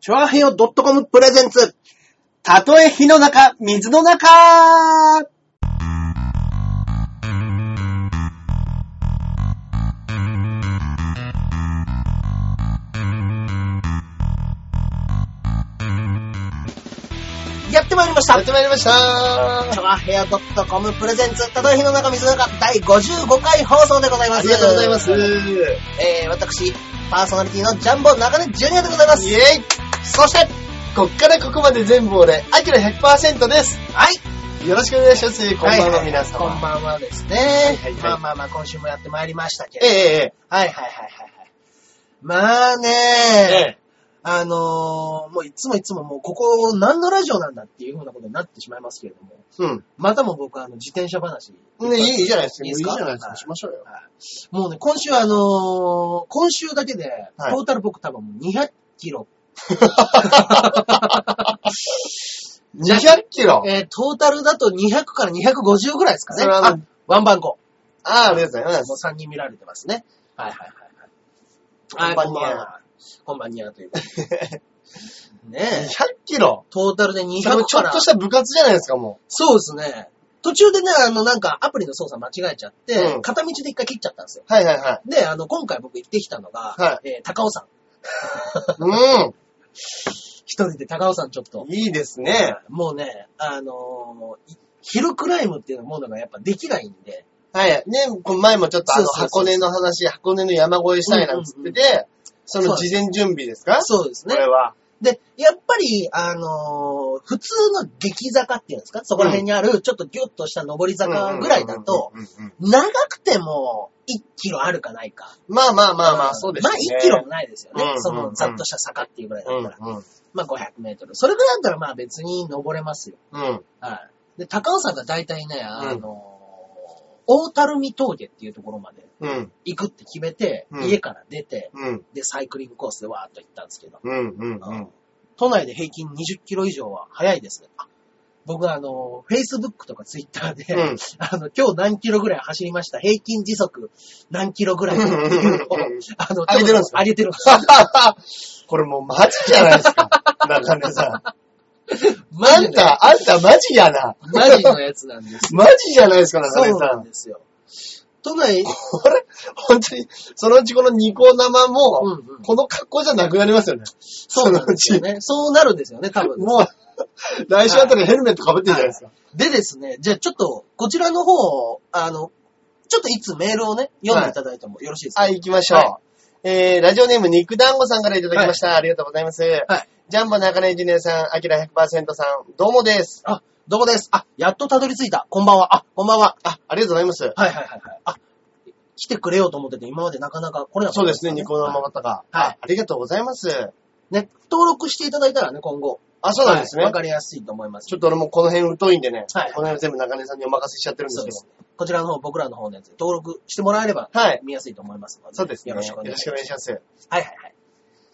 チョアヘヨ .com プレゼンツ。たとえ火の中、水の中やってまいりましたやっ。てまいりましたチョアヘヨ .com プレゼンツ、たとえ火の中、水の中、第55回放送でございまあす。りがとうございます。イえー、私、パーソナリティのジャンボ中根ジュニアでございます。ェイそして、こっからここまで全部俺、アキラ100%ですはい、よろしくお願いします。こんばんいはい皆様。こんばんはですね。はいはいまあまあまあ、今週もやってまいりましたけど。えええはいはいはいはいはい。まあねえ、ええあのーもういつもいつももうここ何のラジオなんだっていうふうなことになってしまいますけれども、またも僕はあの自転車話。うん。ね、いいいいじゃないですか。いいですかいいじゃないですか。しましょうよ。もうね、今週あのー今週だけで、はいトータル僕多分もう200キロ。 200キロ。えートータルだと200から250ぐらいですかね。それはああの、ワンバンコ。ああ、ありがとうございまもうす。 3人見られてますね。はいはいははいい。ここんんばばんんはは。こんばんにゃということ で。ねえ200。キロ。トータルで200それもちょかっら。とした部活じゃないですか、もそうですね。途中でね、あの、なんかアプリの操作間違えちゃって、うん片道で一回切っちゃったんですよ。う。はいはいはで、あの、今回僕行ってきたのが、はえー高尾山。い。一人で高尾山ちょっとう。 ん。いいですね。もうね、あのーいヒルクライムっていうものがやっぱできないんで、はい。ね、この前もちょっとあの、そうそうそ箱う根の話、箱根の山越えしたいなんつってて、その事前準備ですかそうですこね。れは。で、やっぱり、あのー普通の激坂っていうんですかそこら辺にある、ちょっとギュッとした上り坂ぐらいだと、うんうんうんうん、長くても1キロあるかないか。まあまあまあまあ、そうですね。まあ1キロもないですよね。うんうんうんその、ざっとした坂っていうぐらいだったら。うんまあ500メートル。それぐらいだったらまあ別に登れますよ。うん。うん。はい。で、高尾山が大体ね、あのー大樽見峠っていうところまでうん。行くって決めて、うん家から出て、うん。で、サイクリングコースでわーっと行ったんですけど、うん。うん。あうのん。都内で平均20キロ以上は早いですね。あ僕はあの、Facebook とか Twitter で、うん あの、今日何キロぐらい走りました、平均時速何キロぐらいっていうのをうんうんうんうん、あの、上げてるんですか上げてるんですよこれもうマジじゃないで すか。中根さん。あマジんの、た、あんたマジやな。マジのやつなんですよ。マジじゃないですか、 中根そうさなんん。ですよ。都内、これ、本当に、そのうちこのニコ生うんも、うんこの格好じゃなくなりますよね。そうなんですよそのうね。そうなるんですよね、多分。ち。もう、来週あたりヘルメット被ってるじゃないですか。でですね、じゃあちょっと、こちらの方を、あの、ちょっといつメールをね、読んでいただいてもよろしいですか、はい、行きましょう。はえー、ラジオネーム、肉団子さんからいただきました。ありがとうございます。はいジャンボ中根ジュニアさん、アキラ100%さん、どうもです。あ、どうもです。あ、やっとたどり着いた。こんばんは。あ、こんばんは。あ、ありがとうございます。はいはいはいはい。あ、来てくれようと思ってて、今までなかなか来れなかったそうですね、ニニココ生またか。はい。ありがとうございます。ね、登録していただいたらね、今後。あ、そうなんですね。はいわ、かりやすいと思います。ちょっと俺もこの辺疎いんでね、はいこの辺は全部中根さんにお任せしちゃってるんでそすうでけど。すね。こちらの方、僕らの方のやつ、登録してもらえれば、はい見やすいと思いますので。そうですね。よろしくお願いします。します。はいはいはい。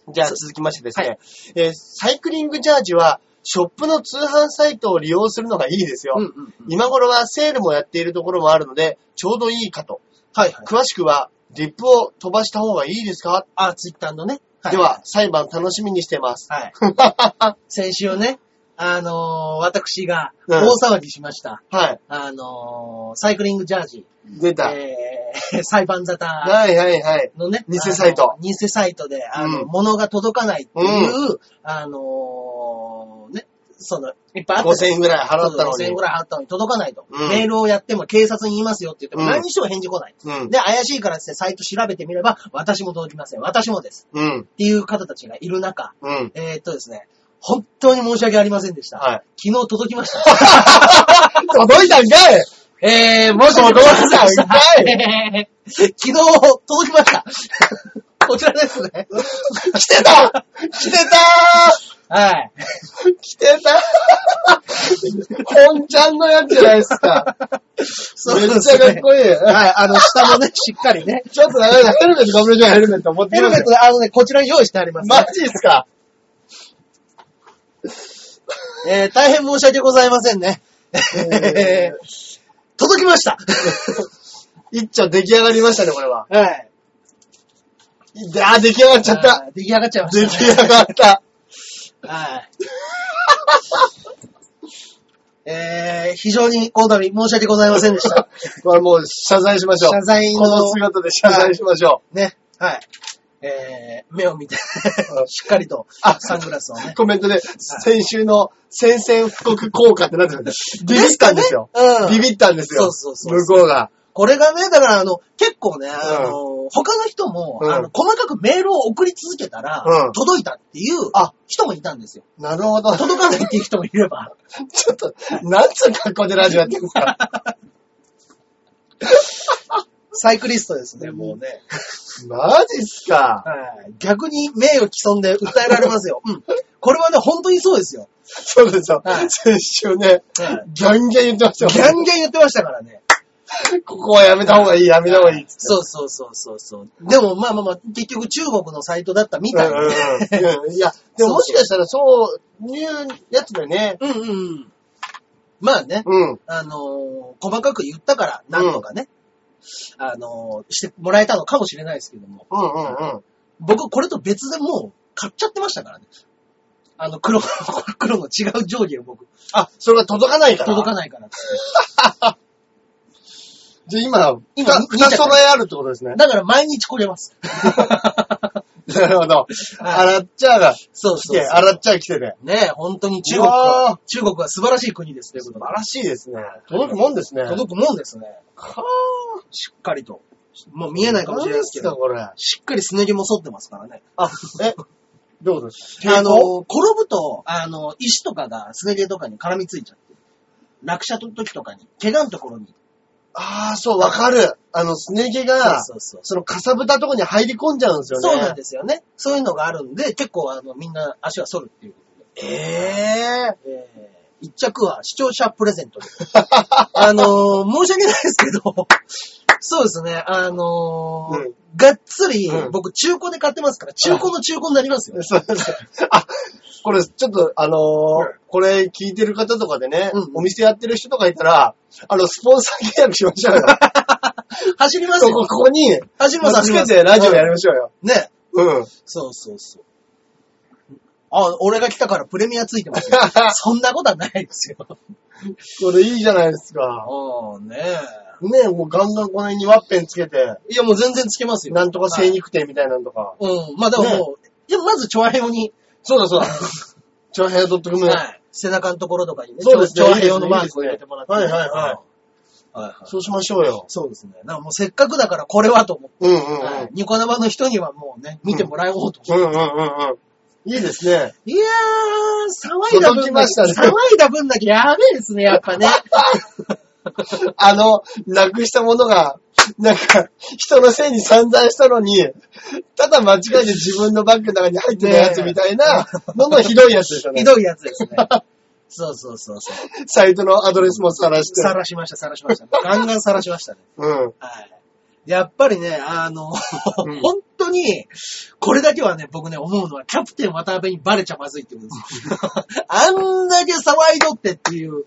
じゃあそう続きましてですね、えーサイクリングジャージは、ショップの通販サイトを利用するのがいいですよ。うんうんうん。今頃はセールもやっているところもあるので、ちょうどいいかと。はいはい。詳しくは、リップを飛ばした方がいいですか、あ、ツイッターのね。いでは、、裁判楽しみにしてます。はい。 先週ね、あのー私がうん大騒ぎしました。はい。あのーサイクリングジャージ、出た。えー、 裁判沙汰はいはいはい。のね、偽サイトあの偽サイトで、あの、うん物が届かないっていう、あのーね、その、いっぱいあった5000円ぐらい払ったの5000円にぐ。らい払ったのに届かないと、うんメールをやっても警察に言いますよって言ってもうん何にしても返事来ない。うん。で、怪しいからってサイト調べてみれば、私も届きません。私もです。うん。っていう方たちがいる中、うん。えーっとですね、本当に申し訳ありませんでした。はい。昨日届きま した。 届いたんかいえー、申し訳ございませんでした。届いえー 昨日届きました。 こちらです ね。来てた来てたはい。ー来てたー本ちゃんのやつじゃないですか。 そめうっでちゃすかっね。こいい。はい、あの、下 もね、しっかりね。ちょっと長いな。ヘルメットかぶれちゃうヘルメット持ってヘルるんメでットね、あのね、こちらに用意してあります、ね。マジっすかえー、大変申し訳ございませんね。えー、 届きました。一丁出来上がりましたね、これは。はい。あー、出来上がっちゃった。あー。出来上がっちゃいま出し来た、ね。上がった。はい。えー、非常にこの度申し訳ございませんで した。これもう謝罪しましょう。 謝罪のこの姿で謝罪しましょね。はい。えー、目を見て、 しっかりと、あサングラスをう。ね。コメントで、先週の宣戦布告効果ってなってるんですビビったんですよ。うん。ビビったんですよ。そうそうそう向こうが。これがね、だからあの、結構ね、あの、他の人も、うんあの、細かくメールを送り続けたら、うん届いたっていうあ人もいたんですよ。なるほど。届かないっていう人もいれ ば。ちょっと、なんつう格好でラジオやってるんですかサイクリストですね、もうね。マジっすか。はい。逆に名誉毀損で訴えられ ますよ。うん。これはね、本当にそうですよ。そうですよは。い先週ね、はギャンギャン言ってまギしたャよ。ンギャン言ってましたからね。ここはやめた方がいい、やめた方がいいっつって。そうそうそうそうそう。でも、まあまあまあ、結局中国のサイトだったみたいで。うんうんうんいや、でももしかしたらそういうやつだよね。うんうんうん。まあね、うん。あのー細かく言ったから、なんとかね、あのーしてもらえたのかもしれないですけども、うんうんうん。僕これと別でもう買っちゃってましたからね。あの、黒の、 黒の違う上下を僕、あ、それが届かないから。届かない。ないからって。じゃあ今、今今、見た二揃えあるってことですね。 だから毎日これ ます。なるほど。洗っちゃうが来そうそうそうて、洗っちゃう来てで。ねえ、本当に中国うはわ、中国は素晴らしい国ですという素こと晴で。らしいですね。届くもんですね。届くもんですね。かしっかりと。もう見えないかもしれないですけ何ど、かこれ。しっかりすね毛も剃ってますからね。あ、え、どういうことですあの、、転ぶと、あの、石とかがすね毛とかに絡みついちゃって、落車の時とかに、怪我のところに、ああ、そう、わかる。あの、すね毛が、そうそうそうそのかさぶたとこに入り込んじゃうんですよね。そうなんですよね。そういうのがあるんで、結構あの、みんな足は反るっていうことで。えええー一着は視聴者プレゼ ントで。あのー申し訳ないですけど、そうですね、あのーうんがっつり、うん僕中古で買ってますから、中古の中古になりますよ。そうそうあ、これ、ちょっと、あのーこれ聞いてる方とかでね、うんお店やってる人とかいたら、あの、スポンサー契約しましょうよ。走りますこよ。こ、ここに、走ります、走つりけます。てラジオやりましょうよ。うんね。うん。そうそうそう。あ、俺が来たからプレミアついて ますよ。そんなことはないですよ。これいいじゃないですか。ああ、ねねえ、もうガンガンこの辺にワッペンつけて、え。いや、もう全然つけますよ。なんとか精肉店みたいなのとか。はい。うん。まあ、でももう、いや、まず、チョアヘヨに、そうだそうだ。ちょ、ヘアドットコム。はい。背中のところとかにね、そうですねチョアヘヨのマークを入れてもらって、いいですねはいはいはういん。はいはい。そうしましょうよ。そうですね。だからもうせっかくだからこれはと思って、うんうんうん。はいニコ生の人にはもうね、見てもらおうと思って。うんうんうんうん。いいですね。いやー、騒いだ分届きまだしたねけ、騒いだ分だけやべえですね、やっぱね。 あの、なくしたものが、なんか、人のせいに散々したのに、ただ間違えて自分のバッグの中に入ってたやつみたいな、どんどんひどいやつでしょひね。どいやつですね。 そうそうそうそう。サイトのアドレスも晒して。 さらしました、さらしました。ガンガンさらしましたね。うん。はい。やっぱりね、あの、うん本当に、これだけはね、僕ね、思うのは、キャプテン渡辺にバレちゃまずいってこと です。あんだけ騒いどってっていう、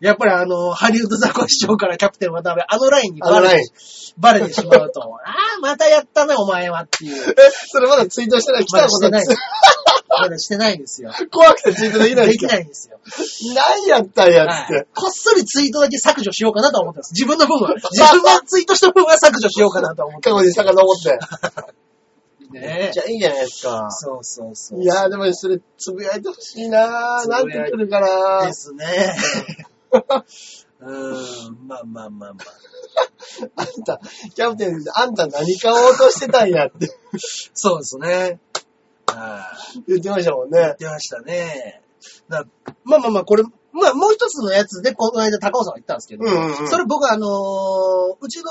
やっぱりあの、ハリウッドザコシショウからキャプテン渡辺、あのラインにバあのラレインてバレてしまうと、ああ、またやったな、お前はっていうえ。、それまだツイートしてない。来まただこしてとなないい。。まだしてないんですよ。怖くてツイートできないでですきかないんですよ。何やったんやっはいて。こっそりツイートだけ削除しようかなとは思ってます。自分の 分は。自分がツイートした分は削除しようかなとは思って過去に遡って。ますね。じゃあいいじゃないですか。そうそうそう。いやーでもそれ、つぶやいてほしいなー。つなぶんやいてくるかなでー。す ね。うーん、まあまあまあまあ。あんた、キャプテン、あんた何買おうとしてたんやってそうですね。はい言ってましたもんね。出ましたね。だまあまあまあ、これ、まあもう一つのやつで、この間高尾さんが言ったんですけど、うんうんうんそれ僕あのーうちの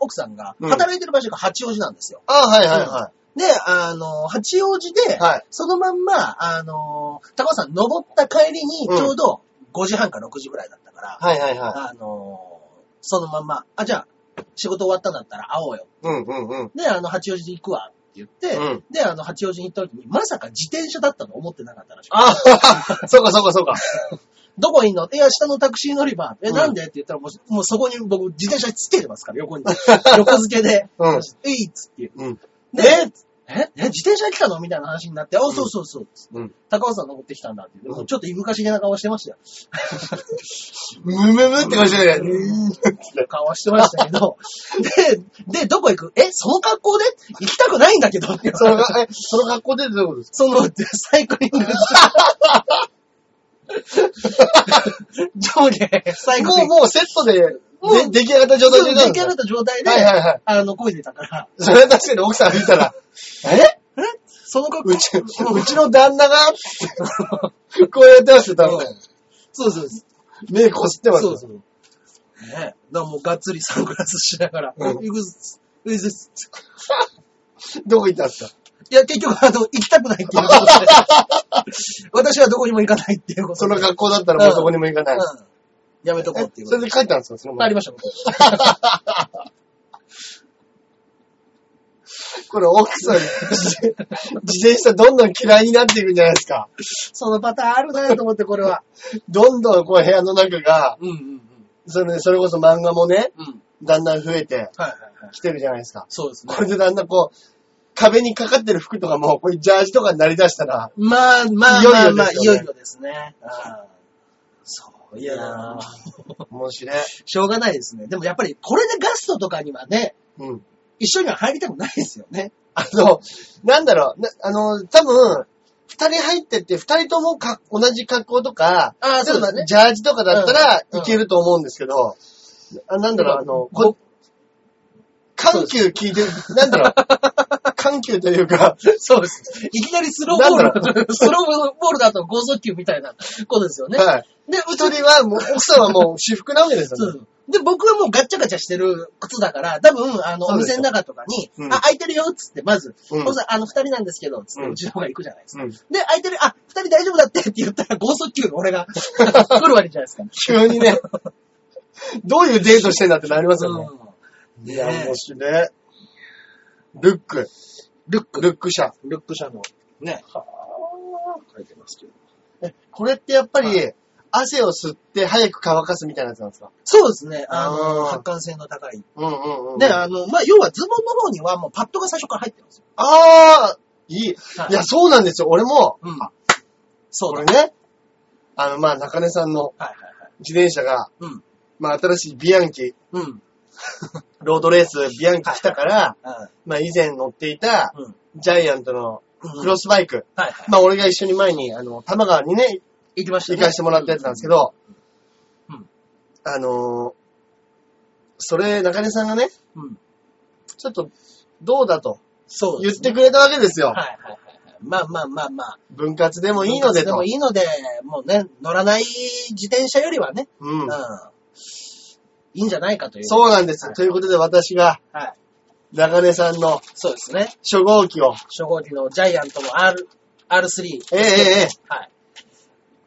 奥さんがうん働いてる場所が八王子なんですよ。あはいはいははで、あのー八王子で、い。はい。そのまんま、あのー高尾さん登った帰りに、ちうんょうど5時半か6時ぐらいだったから、はいはいはい。あのーそのまんま、あ、じゃあ、仕事終わったんだったら会おうよ。うんうんうん。で、あの、八王子に行くわって言って、うんで、あの、八王子に行った時に、まさか自転車だったの思ってなかったらしい。あ そうかそうかそうか。どこにいんのいや、下のタクシー乗り場。え、うんなんでって言ったら、もう、もうそこに僕、 自転車つけてますから、横に。横付けで。うんえいっつって。うん。で、ええ自転車で来たのみたいな話になって、あ、そうそうそう。うん。高尾山登ってきたんだって。でもちょっといぶかしげな顔してましたよ。むむむって面白いね。うーん。顔してましたけど。で、で、どこ行くえ、その格好で行きたくないんだけどって。そのが、え、その格好でどういうことですその、サイクリング。上下、サイかクリもう、ング。もうセットで、もうで出来上がった状態で出来上がった状態で、はいはいはいあの、こいでたから、それは確かに奥さん見たら、ええその格好うち、うちの旦那が、ってこうやってますよ、多分。そうそうそう。目こすってますそよ。うそう。ねだからもうがっつりサングラスしながら、うん行くっす行くっすどこ行ったんですかいや、結局、あの、行きたくないっていうことで、 私はどこにも行かないっていうことそでの格好だったらもうどこにも行かない。うんやめとこうっていえうこそれとで。で帰ったんですかそのあり前ました、僕これ奥さん、自 転車どんどん嫌いになっていくんじゃないですか。そのパターンあるなと思って、これは。どんどんこう部屋の中が、うんうんうん。それそれこそ漫画もね、うん。だんだん増えてはいはいはい。きてるじゃないですか。そうですねこ。れでだんだんこう、壁にかかってる服とかも、こういうジャージとかになりだしたら、まあまあいよいまあよまあ、でいすよよねいよですね。ああそう、いやー面白い。しょうがないですね。でもやっぱり、これでガストとかにはね、うん。一緒には入りたくないですよね。あの、なんだろう、なあの、多分、二人入ってって、二人ともか同じ格好とか、あー例えばそうですねジャージとかだったらうんいけると思うんですけど、あなんだろう、あの、こ緩急聞いて、な んだろう、緩急というか、そうです。いきなりスローボなんール、スローボールだと剛速球みたいなことですよね。はい。で、うち一人は、もう、奥さんはもう、私服なわけですそよね。うで、僕はもうガッチャガチャしてる靴だから、多分、あの、そおうです店のよ中とかに、うんあ、空いてるよ、つって、まず、うんおさあの、二人なんですけど、つって、うんうちの方が行くじゃないですか。うんで、空いてる、あ、二人大丈夫だってって言ったら、剛速球の 俺が来るわけじゃないですか。急にね、どういうデートしてんだってなりますよね。うんいや、ねえ面白い。ルック、ルック、ルック社。ルック社の、ね、書いてますけど。これってやっぱはり、汗を吸って早く乾かすみたいなやつなんですかそうですね、あの、あー発汗性の高い。うんうんうん。で、ああの、まあ、要はズボンの方にはもうパッドが最初から入ってますよ。あー、いい。はいいや、そうなんですよ。俺も、うん。そうこだれね。ね、あの、まあ、中根さんのはいはい自転車が、はい。まあ、新しいビアンキ、うん。うん。ロードレースビアンキ来たから、あまあ、以前乗っていたうん。ジャイアントのクロス。スバイク。はいはい。まあ、俺が一緒に前に、あの、玉川にね、行きました、行かしてもらったやつなんですけどうん、あのー、それ、中根さんがね、うん。ちょっと、どうだとそうで言っすてね。くれたわけですよはい。はいはいはい。まあまあまあまあ。分割でもいいのででともい。いので、もうね、乗らない自転車よりはね、ううんん。。いいんじゃないかという。う。そうなんです。ということで私がはい。中根さんのそうですね。初号機を、初号機のジャイアントの R、R3。ええええええはい。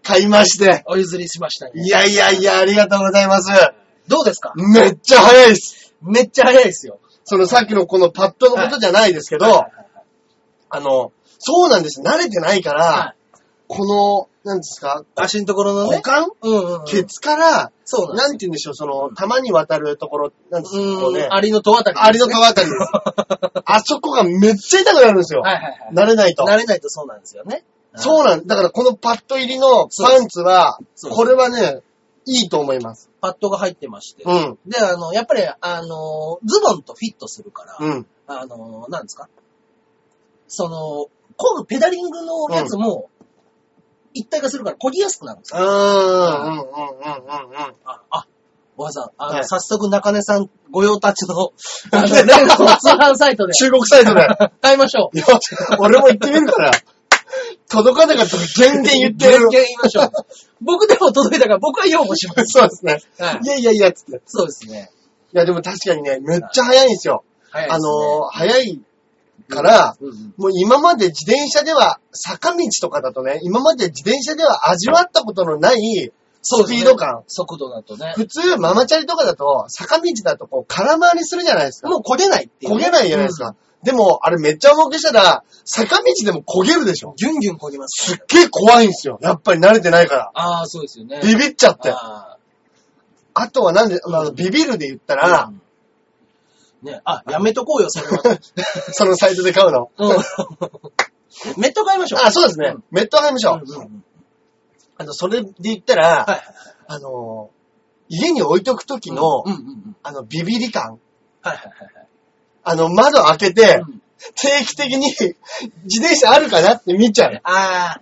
買いまして、お譲りしましたね。いやいやいや、ありがとうございます。どうですかめっちゃ早いです。めっちゃ早いですよ。そのさっきのこのパッドのことじゃないですけど、はいはいはいはいあの、そうなんです。慣れてないから、はいこの、なんですか、足のところの股ね。間、うんうんうん。ケツから、そうななんんでて言うんでしょう、その、玉に渡るところ、なんですすか、こううねん。、アリの戸渡り。アリの川あた りです。あそこがめっちゃ痛くなるんですよ。はいはいはい。慣れないと。慣れないとそうなんですよね。そうなんだからこのパッド入りのパンツは、そうですこれはね、いいと思います。パッドが入ってまして。うん。で、あの、やっぱり、あの、ズボンとフィットするから、うん。あの、なんですかその、こぐペダリングのやつも、一体化するから、こぎやすくなるんですうよ。ん、うん、うん、うん、うん。あ、あ、わざ、あの、はい早速中根さん御用達 の、あの、レンズの通販サイトで中国サイト で。買いましょう。いや、俺も行ってみるから。届かなかったら全然言って全る然。言いましょう。 僕でも届いたから、僕は擁護します。そうです ね。はいいやいやいや、つって。いそうですね。や、でも確かにね、めっちゃ早いんですよ。はいあのー、早いから、うんうんもう今まで自転車では、坂道とかだとね、今まで自転車では味わったことのないそうスですねピード感。速度だとね、普通、ママチャリとかだと、坂道だとこう空回りするじゃないですか。もうこげないっていう、焦げないじゃないですか。でも、あれめっちゃ重くしたら、坂道でも焦げるでしょ。ギュンギュンこぎますすっ。げえ怖いんですよ。やっぱり慣れてないから。ああ、そうですよね。ビビっちゃって。ああとはなんで、まああの、ビビるで言ったあら、うんね、あ、やめとこうよ、それは。そのサイトで買うの。うん。メット買いましょう。あ、そうですね。メット入りましょう。うんうんうんあの、それで言ったら、はい。あの、家に置いとくときの、うんうんうん。あの、ビビり感。はいはいはいはい。あの、窓開けて、うん定期的に自転車あるかなって見ちゃう。ああ、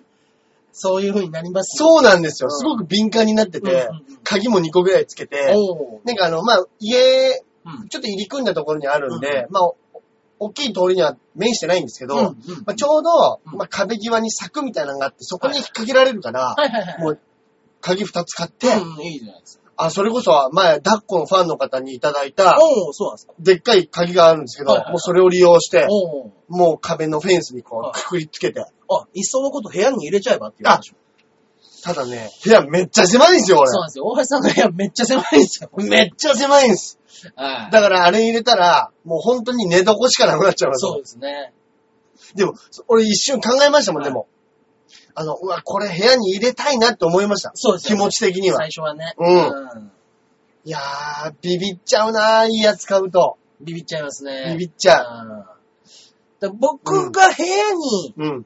そういう風になりますそうなんですよ。うんすごく敏感になっててうんうんうん、鍵も2個ぐらいつけね。て、おお。なんかあの、まあ、家、うん。ちょっと入り組んだところにあるんで、まあ、お大きい通りには面してないんですけど、うんうんまあ、ちょうど、うんまあ、壁際に柵みたいなのがあって、そこに引っ掛けられるかはら、いはいはい。もう、鍵2つ買って、うん、いいじゃないですか。あ、それこそ、前、抱っこのファンの方にいただいた、おお、そうなんですか。でっかい鍵があるんですけど、はいはいはいもうそれを利用して、おお。もう壁のフェンスにこ、はいうくくりつけて。あ、いっそのこと部屋に入れちゃえばっていう話。ただね、部屋めっちゃ狭いんですよ、俺。そうなんですよ。大橋さんの部屋めっちゃ狭いんですよ。めっちゃ狭いんです。はい。だからあれ入れたら、もう本当に寝床しかなくなっちゃうからそうですね。でも、俺一瞬考えましたもん、はいでも。あの、うわ、これ部屋に入れたいなって思いました。そうです気よね持ち的には最。初はね。うんん。いやー、ビビっちゃうなー、いいやつ買うと。ビビっちゃいますね。ビビっちゃう。うん。だ僕が部屋にうん。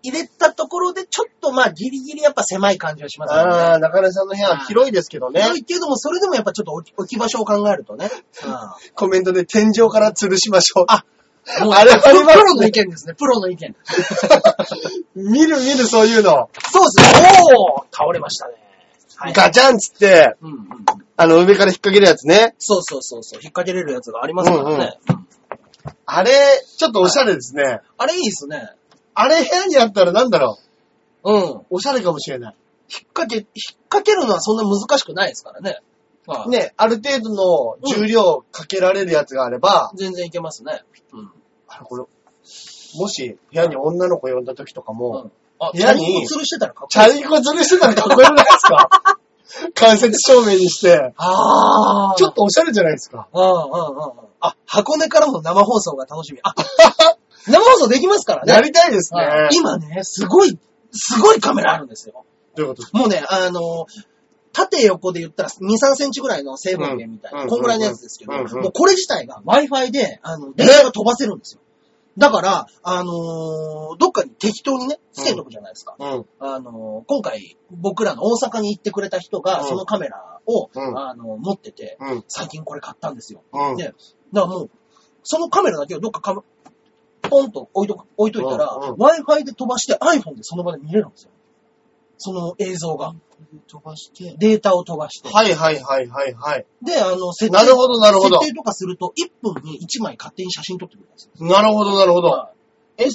入れたところで、ちょっとまあギリギリやっぱ狭い感じがしますよね。あー、中根さんの部屋は広いですけどね。広いけれども、それでもやっぱちょっと置き置き場所を考えるとね。 うん。コメントで天井から吊るしましょう。あ、もうあれはありますねプロの意見ですね、プロの意見。 見る見るそういうの。そうですね。おー倒れましたね。はい。ガチャンつって、うんうんうん。あの、上から引っ掛けるやつね。そうそうそうそう。引っ掛けれるやつがありますからね。うんあれ、ちょっとおしゃれですね。あれいいですね。あれ部屋にあったらなんだろうん。う。おしゃれかもしれない。引っ掛け、引っ掛けるのはそんな難しくないですからね。まあ、ね、ある程度の重量かけられるやつがあれば、全然いけますね。うん。あのこれ、もし部屋に女の子呼んだ時とかも、うんあ、部チャ屋リにンコ吊るしてたらかっチこいい。ャリンコ吊るしてたらかっこよくないですか 関節正面にして、ああ。ちょっとおしゃれじゃないですか。うんうんうんうん。あ、箱根からの生放送が楽しみ。あ、 生放送できますからね。やりたいですね。はい今ね、すごい、すごいカメラあるんですよ。どういうことですもうね、あの、縦横で言ったら2、3センチぐらいの正方形みたいな、うんこんぐらいのやつですけど、うんうんもうこれ自体が Wi-Fi で、あの、電車が飛ばせるんですよ。だから、あのーどっかに適当にね、つけとくじゃないですか。かあの、今回僕らの大阪に行ってくれた人うが、んそのカメラを、うんあの、持ってて、うん。うん。最近これ買ったんですよ。うん。ね、だからもう、そのカメラだけをどっかかぶポンと置いとく、置いといたら、うんうん Wi-Fi で飛ばして iPhone でその場で見れるんですよ。その映像が。飛ばして。データを飛ばして。はいはいはいはいはい。で、あの、設定なるほどなるほど設定とかすると、1分に1枚勝手に写真撮ってくれるんですよ。なるほどなるほど。え、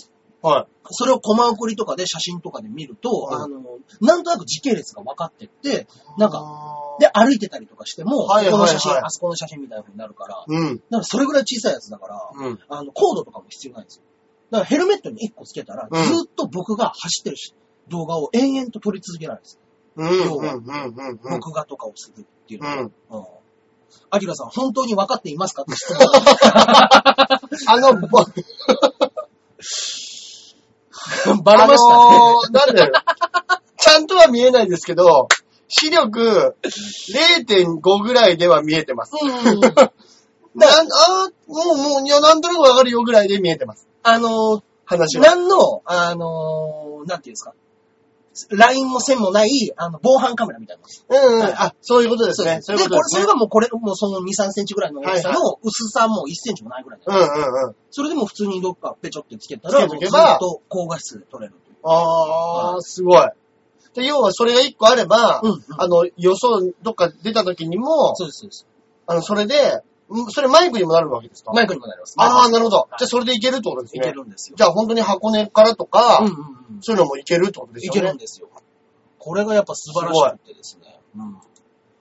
はい。それをコマ送りとかで写真とかで見ると、うんあの、なんとなく時系列が分かってって、なんか、かで、歩いてたりとかしても、はいはいこはのい写真、あそこの写真みたいな風になるから、だかうん。らそれぐらい小さいやつだから、うん。あの、コードとかも必要ないんですよ。だからヘルメットに1個つけたら、うんずーっと僕が走ってるし動画を延々と撮り続けられるんです。うん。要うはん。うん。うん。録画とかをするっていううのは。ん。うん。アキラさん、本当に分かっていますかって質 問。あの、ぼバレましたね。あの ーなんだよ。ちゃんとは見えないですけど、視力0.5ぐらいでは見えてます。うん。だなんあーもう、もう、いや、なんとなくわかるよぐらいで見えてます。あのー、話は。何の、あのー、なんていうんですか。ラインも線もない、あの、防犯カメラみたいなの。うんうん。はいあ、そういうことですね。そうでいうここれと、そですれね。がもうこれ、もうその2、3センチぐらいの大きさはいの薄さも1センチもないぐらいだようんうんうん。それでも普通にどっかペチョってつけたつら、けもとうけずっばと高画質で撮れるという。あー、すごい。で、要はそれが1個あれば、うんうんあの、予想どっか出た時にも、そうです、そうです。あの、それで、んそれマイクにもなるわけですかマイクにもなります。ああ、マイクにもなるほど。いじゃあそれでいけるってことですいね。けるんですよ。じゃあ本当に箱根からとか、うんうんうん。そういうのもいけるってことですいよけね。るんですよ。これがやっぱ素晴らしくてですね。うん。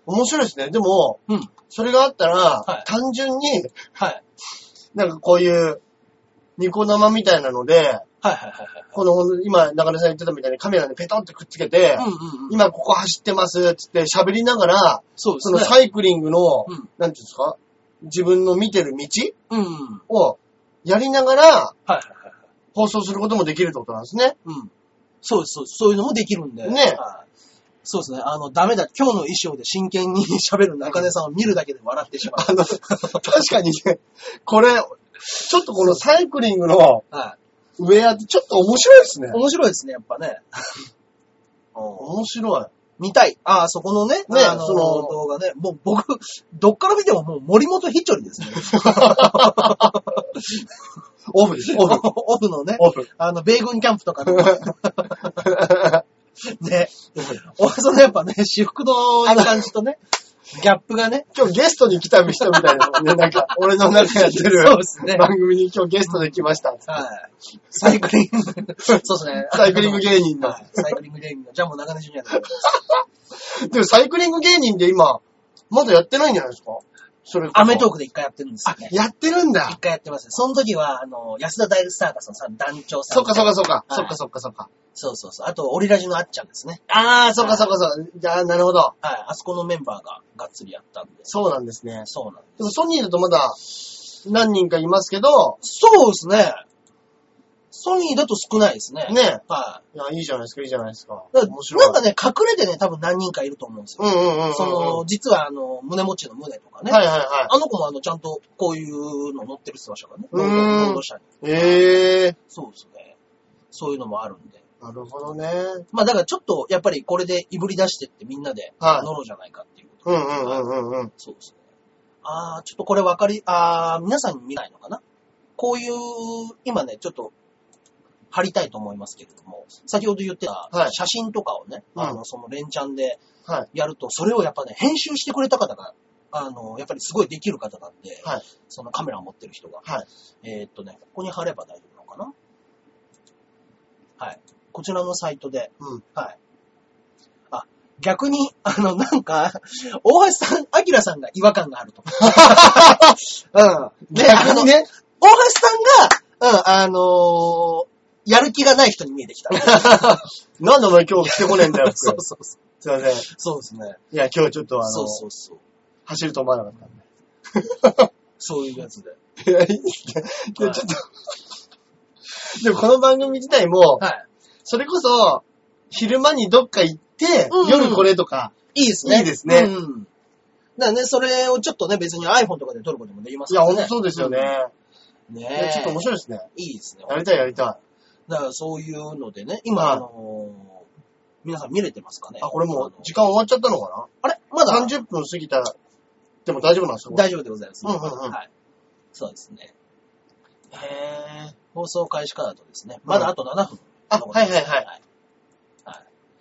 面白いですね。でも、うん。それがあったら、はい単純に、はい。なんかこういう、ニコ生みたいなので、はいはいはいこの、今、中根さん言ってたみたいにカメラにペトンってくっつけて、はい。うんうんうん。今ここ走ってます、つって喋りながら、そうでそすのね。サイクリングの、うんなんていうんですか、自分の見てる道うんうん。をやりながらはいはいはい。 放送することもできるってことなんですね。うん。そうです、そうです。そういうのもできるんで。ねはいそうですね。あの、ダメだ。今日の衣装で真剣に 喋る中根さんを見るだけで笑ってしまあの、確かにね、これ、ちょっとこのサイクリングのう。はウェアってちょっと面白いですねい。。面白いですね、やっぱね。面白見たい。ああ、そこのね、ねあのその動画ね。もう僕、どっから見てももう森本ひっちょりですね。い。オフです、オフ。 オフのね、オフ。あの、米軍キャンプと かのね。おそのやっぱね、私服の感じとね、ギャップがね、今日ゲストに来た人みたいなもんね。なんか、俺の中やってるそうですね番組に今日ゲストで来ました。はい。サイクリング、そうですね。サイクリング芸人のは。い。サイクリング芸人のジャンボ中根ジュニアでございますでもサイクリング芸人で今、まだやってないんじゃないですかそれこそアメトークで一回やってるんですよあ、ね。やってるん一だ。回やってますね。その時は、あの、安田大サーカスのさ、団長さん。そっかそっかそっか。いそっかそっかそっか。そうそうそう。あと、オリラジのあっちゃんですね。あー、そっかそっかそっか。じゃあ、なるほど。はい。あそこのメンバーががっつりやったんで。そうなんですね。そうなんです。でもソニーだとまだ何人かいますけど、そうですね。ソニーだと少ないですね。ね。いはや、いいじゃないですか、いいじゃないですか。い。だ面白い。なんかね、隠れてね、多分何人かいると思うんですよ。うんうんうんうん。その、実はあの、胸持ちの胸とかね。はいはいはあの子もあの、ちゃんとこういうの乗ってるって言ってましたからね。うーん労働者に。い。ええそうですね。そういうのもあるんで。ー。なるほどね。まあだからちょっと、やっぱりこれでいぶり出してってみんなではい乗ろうじゃないかっていうこと。うんうんうんうんうん。そうですね。あー、ちょっとこれわかり、あー、皆さんに見ないのかなこういう、今ね、ちょっと、貼りたいと思いますけれども、先ほど言ってたはい写真とかをね、うんあの、その連チャンではいやると、それをやっぱね、編集してくれた方が、あの、やっぱりすごいできる方なんで、はいそのカメラを持ってる人が。はいえーっとね、ここに貼れば大丈夫なのかなはい。こちらのサイトで、うんはい。あ、逆に、あの、なんか、大橋さん、アキラさんが違和感があると。うん。で、あ逆のに、ね。大橋さんが、うん、あのーやる気がない人に見えて きた。なんでお前今日着てこねえん だよ、服そうそうそう。すいません。いそうですね。や、今日ちょっとあの、そうそうそう。走ると思わなかった。そういうやつで。 いや、いいいやちょっと。でもこの番組自体も、はい。それこそ、昼間にどっか行って、うんうん夜これとか、いいですね。いいですねうん。だからね、それをちょっとね、別に iPhone とかで撮ることもできますいかや、らほね。んとそうですよね。ねいやちょっと面白いですね。い。いいですね。やりたいやりただからそういうのでね、今、はいあのー皆さん見れてますかねい。あ、これもあうの時間終わっちゃったのかあれまなだ ?30 分過ぎた、でも大丈夫なんですか大丈夫でございます。うんうんうんはい。そうですね。へー放送開始からだとですね、まだあと7分。あ、はいはいはい。はい。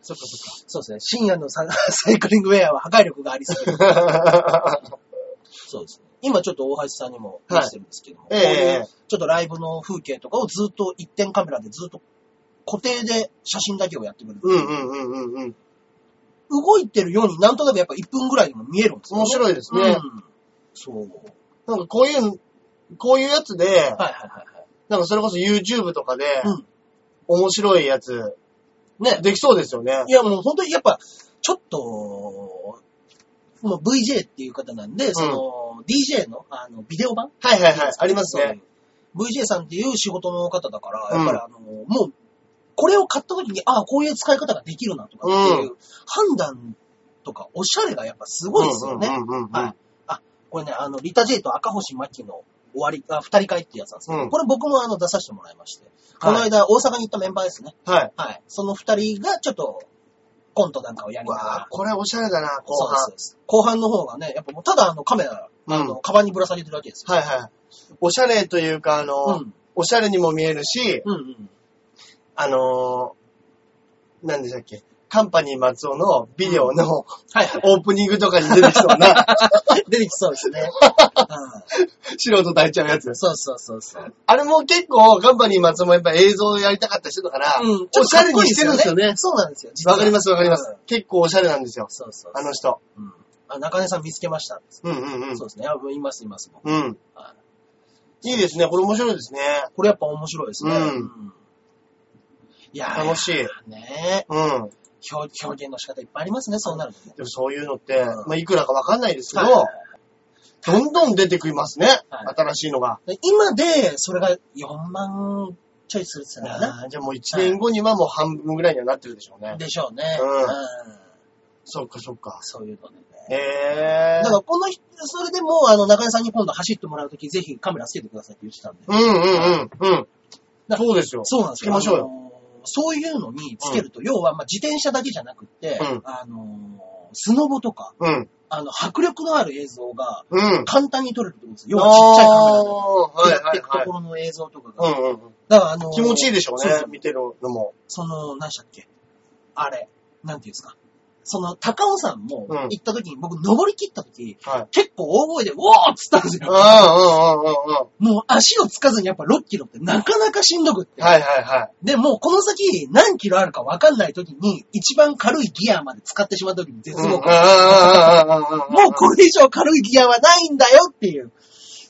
そっかそそうですね。深夜のサ サイクリングウェアは破壊力がありすぎる。っか。そうですね。今ちょっと大橋さんにも見せてるんですけども、はいこういうええちょっとライブの風景とかをずっと一点カメラでずっと固定で写真だけをやってくれる。 うんうんうんうんうん。動いてるようになんとなくやっぱ1分ぐらいにも見えるんですよ、面白いですね。うんそう。なんかこういう、こういうやつで、はいはいはいはい。なんかそれこそ YouTube とかでうん、面白いやつ、ねできそうですよねい。やもう本当にやっぱ、ちょっと、もう VJ っていう方なんで、その、DJ の、あの、ビデオ版はいはいはい。ありますそうね。 VJ さんっていう仕事の方だから、うやんっぱりあの、もう、これを買った時に、ああ、こういう使い方ができるなとかっていう、判断とか、おしゃれがやっぱすごいですよね。うんうんうんうんはい。あ、これね、あの、リタ・ジェイと赤星真希の終わり、あ、二人会ってやつなんですけど、うんこれ僕もあの、出させてもらいまして、この間大阪に行ったメンバーですね。はい。はい。その二人がちょっと、コントなんかをやりながわあら、これおしゃれだな、後そうですそう半。です。後半の方がね、やっぱもうただあのカメラ、うんあの、カバンにぶら下げてるだけですよ。はいはい。おしゃれというか、あうの、ん。おしゃれにも見えるし、うんうん。あのー、何でしたっけ、カンパニー松尾のビデ オのはいはい。オープニングとかに出てきそうな、 出てきそうですね。うん素人抱いちゃうやつです。そうそうそうそう。あれも結構、カンパニー松尾もやっぱ映像をやりたかった人だから、うんおしゃれにしてるんですよね。そうなんですよ。実はわかりますわかりますうん。結構おしゃれなんですよ。そうそうあの人。うんあ、中根さん見つけました。うんうんうんそうですね。あいますいます。僕うん。はいいいですね。これ面白いですね。これやっぱ面白いですね。うんんいやー楽しい。ねうん。表表現の仕方いっぱいありますね、そうなるとね。でもそういうのって、まあ、いくらかわかんないですけはいはいど、どんどん出てきますね。はい新しいのが。で今で、それが4万ちょいするって言ってたかあーじゃあもう1年後にはもう半分ぐらいにはなってるでしょうな。ね。でしょうね。うんうんそっかそっか。そういうのでね。へえだからこの人、それでもう、あの、中井さんに今度走ってもらうとき、ぜひカメラつけてくださいって言ってたんで。うんうんうんうん。だそうですよ。そうなんですよつけましょうよあのそういうのにつけると、要は、まあ、自転車だけじゃなくって、うんあの、スノボとか、うん。あの、迫力のある映像がうん。簡単に撮れるってことですよ。要はちっちゃいカメラであーはいやっはていいくとはいころの映像とかが。うんうんうん。だから、あの気持ちいいでしょうそうねそ。う見てるのも。その、何したっけあれ、なんていうんですか。その、高尾山もうん行った時に、僕、登り切った時、はい。結構大声で、おーっつったんですうんようん。うんうんうん。もう足をつかずにやっぱ6キロってなかなかしんどくって。はいはいはい。で、もうこの先何キロあるかわかんない時に、一番軽いギアまで使ってしまった時に絶うんうんうんうん望うん感。もうこれ以上軽いギアはないんだよっていう。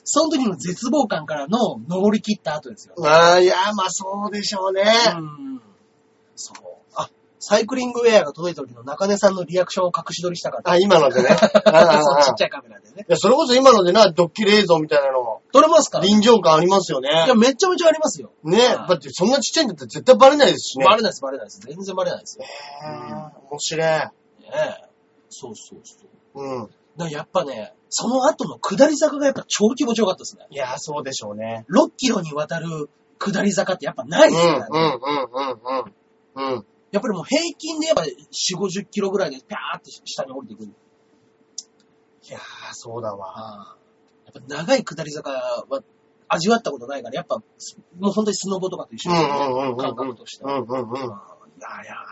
その時の絶望感からの登り切った後ですよ。うんあーいや、まあそうでしょうね。うん。そう。あ、サイクリングウェアが届いた時の中根さんのリアクションを隠し撮りしたかった。あ、今のでね。うんうんう んそのちっちゃいカメラでね。いや、それこそ今のでな、ドッキリ映像みたいなの、撮れますからい臨場感ありますよね。や、めちゃめちゃありますよ。ねはいだってそんなちっちゃいんだったら絶対バレないですしね。バレないです、バレないです。全然バレないですよ。へー面白い。ねえ。そうそうそう。うん。だからやっぱね、その後の下り坂がやっぱ超気持ちよかったですね。いや、そうでしょうね。 6キロにわたる下り坂ってやっぱないうん、でうすん、かうんらね。、うん、うん。やっぱりもう平均でやっぱ4、50キロぐらいでピャーって下に降りてくる。いやー、そうだわ。あやっぱ長い下り坂は味わったことないから、やっぱもう本当にスノボとかと一う緒ん、ですうんね、、うん、うん。感覚としてうは。ん、うん、うん。あーいやいや、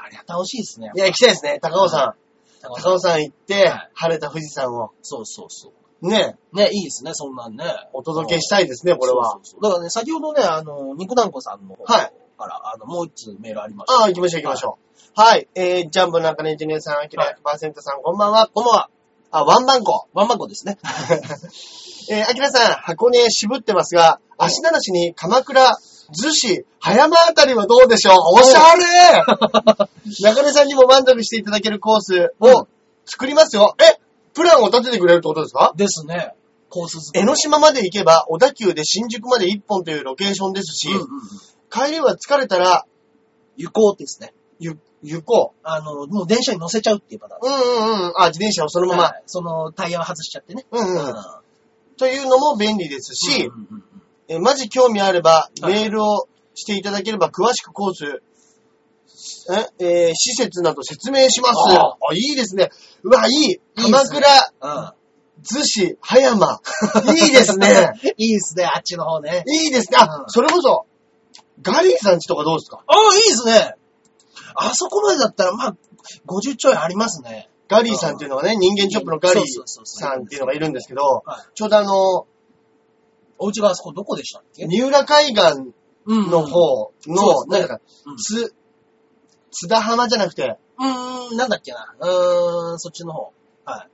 あれは楽しいですね。いや、行きたいですね。高尾高山。尾さん高尾山行ってはい、晴れた富士山を、そうそうそね、う。ね、いいですね、そんなんね。お届けしたいですね、これはそう。そうそうだからね、先ほどね、あの、肉団子さんの方はいから、あの、もう一つメールありました。ああ、行きましょう、行きましょう。はい。えー、ジャンボ中根ジュニアさん、アキラ100%さん、こんばんは。こんばんは。あ、ワンバンコ。ワンマンコですね。えー、アキラさん、箱根渋ってますが、足ならしに鎌倉、逗子、葉山あたりはどうでしょうおしゃれ中根さんにも満足していただけるコースうんを作りますよ。え、プランを立ててくれるってことですかですね。コース作り江ノ島まで行けば、小田急で新宿まで1本というロケーションですし、うんうんうん帰りは疲れたら、行こうですね。ゆ、行こあの、もう電車に乗せちゃうっていうパターン。う。うんうんうん。あ、自転車をそのまま。はいそのタイヤを外しちゃってね。うんうん。うんというのも便利ですし、うんうんうんえー、マジ興味あれば、はいメールをしていただければ、詳しくコース、え、えー施設など説明します。ああ、いいですね。うわ、いい。いいで鎌すね倉、うん逗子、葉山。 いいですね。い いですね、あっちの方ね。いいですね。あう、んそれこそ、ガリーさんちとかどうですかああ、いいですね。あそこまでだったら、まあ、50ちょいありますね。ガリーさんっていうのはね、人間チョップのガリーそうそうそうさんっていうのがいるんですけどはい、ちょうどあの、お家があそこどこでしたっけ三浦海岸うんの。方その、うですなねんかう、んつ、津田浜じゃなくて、うーん、なんだっけな。うーん、そっちの方。はい。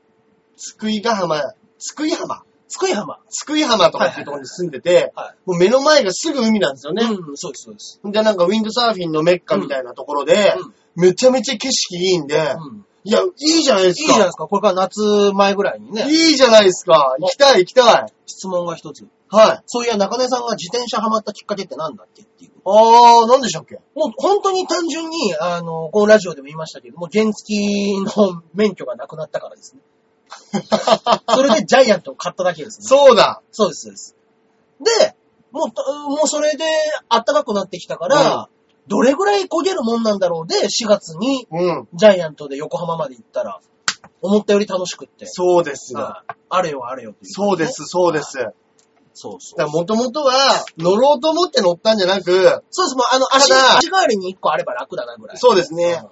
津久井ヶ浜、津久井浜津久井浜。津久井浜とかっていうところに住んでて、はもう目の前がすぐ海なんですよい。ね。うん、そうです、そうです。で、なんかウィンドサーフィンのメッカみたいなところで、うんめちゃめちゃ景色いいんで、うん。いや、いいじゃないでいいすじゃないでか。すか。これから夏前ぐらいにね、いいじゃないですか。行きたい、行きたい。質問が一つ。はい。そういや、中根さんが自転車ハマったきっかけってなんだっけっていう。あー、なんでしたっけもう本当に単純に、あの、このラジオでも言いましたけども、原付きの免許がなくなったからですね。それで ジャイアントを買っただけですね。そうだ。そうです、そうです。で、もうと、もうそれで暖かくなってきたから、どれぐらい焦げるもんなんだろうで、4月にうん。ジャイアントで横浜まで行ったら、思ったより楽しくって。そうですよ。ああれよあれよっていそうです、そうです。だかそうそう。らもともとは、乗ろうと思って乗ったんじゃなく、そうです。もう、あの、足、ただ足代わりに1個あれば楽だなぐらい。そうですねうん。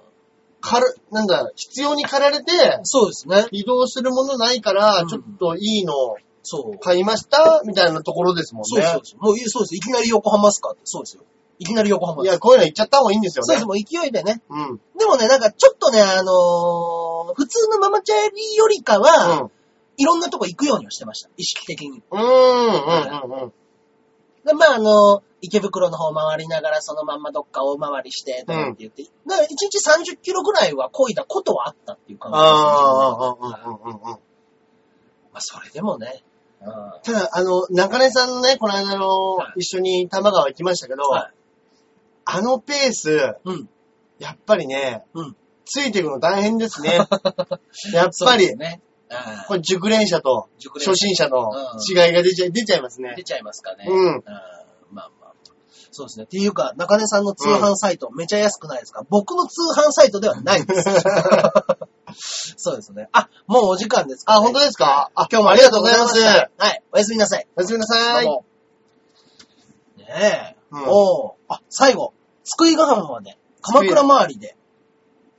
かる、なんだ、必要に駆られて、そうですね。移動するものないから、うんちょっといいのをそう。買いました、みたいなところですもんね。そうそうそう。もういい、そうです。いきなり横浜っすかって。そうですよ。いきなり横浜いです。や、こういうの行っちゃった方がいいんですよそうです。ね。もう勢いでね。うん。でもね、なんかちょっとね、あのー普通のママチャリよりかは、うん。いろんなとこ行くようにはしてました。意識的に。うん、うん、うん。でまあ、あのー池袋の方回りながら、そのまんまどっか大回りして、とかって言って。だから1日30キロぐらいは漕いだことはあったっていうあ感じです、あ、うん、うん、うん。まあ、それでもね。うん。ただ、あの、中根さんのね、この間のはい、一緒に玉川行きましたけど、はいあのペース、うん。やっぱりね、うんついていくの大変です ね。やっぱり、ね。あこれ熟練者と熟練者初心者の違いが出ちゃい出ちゃいますあね出。ちゃいますかね。うんああまあまあ。そうですね。っていうか、中根さんの通販サイト、めちゃ安くないですか僕の通販サイトではないです。 そうですね。あ、もうお時間ですか、あ、本当ですかあ、今日もありがとうございます。ありがとうはい。おやすみなさい。ございますおやすみなさいど。うもねえ。うんおうあ、最後。津久井ヶ浜まで。鎌倉周りで。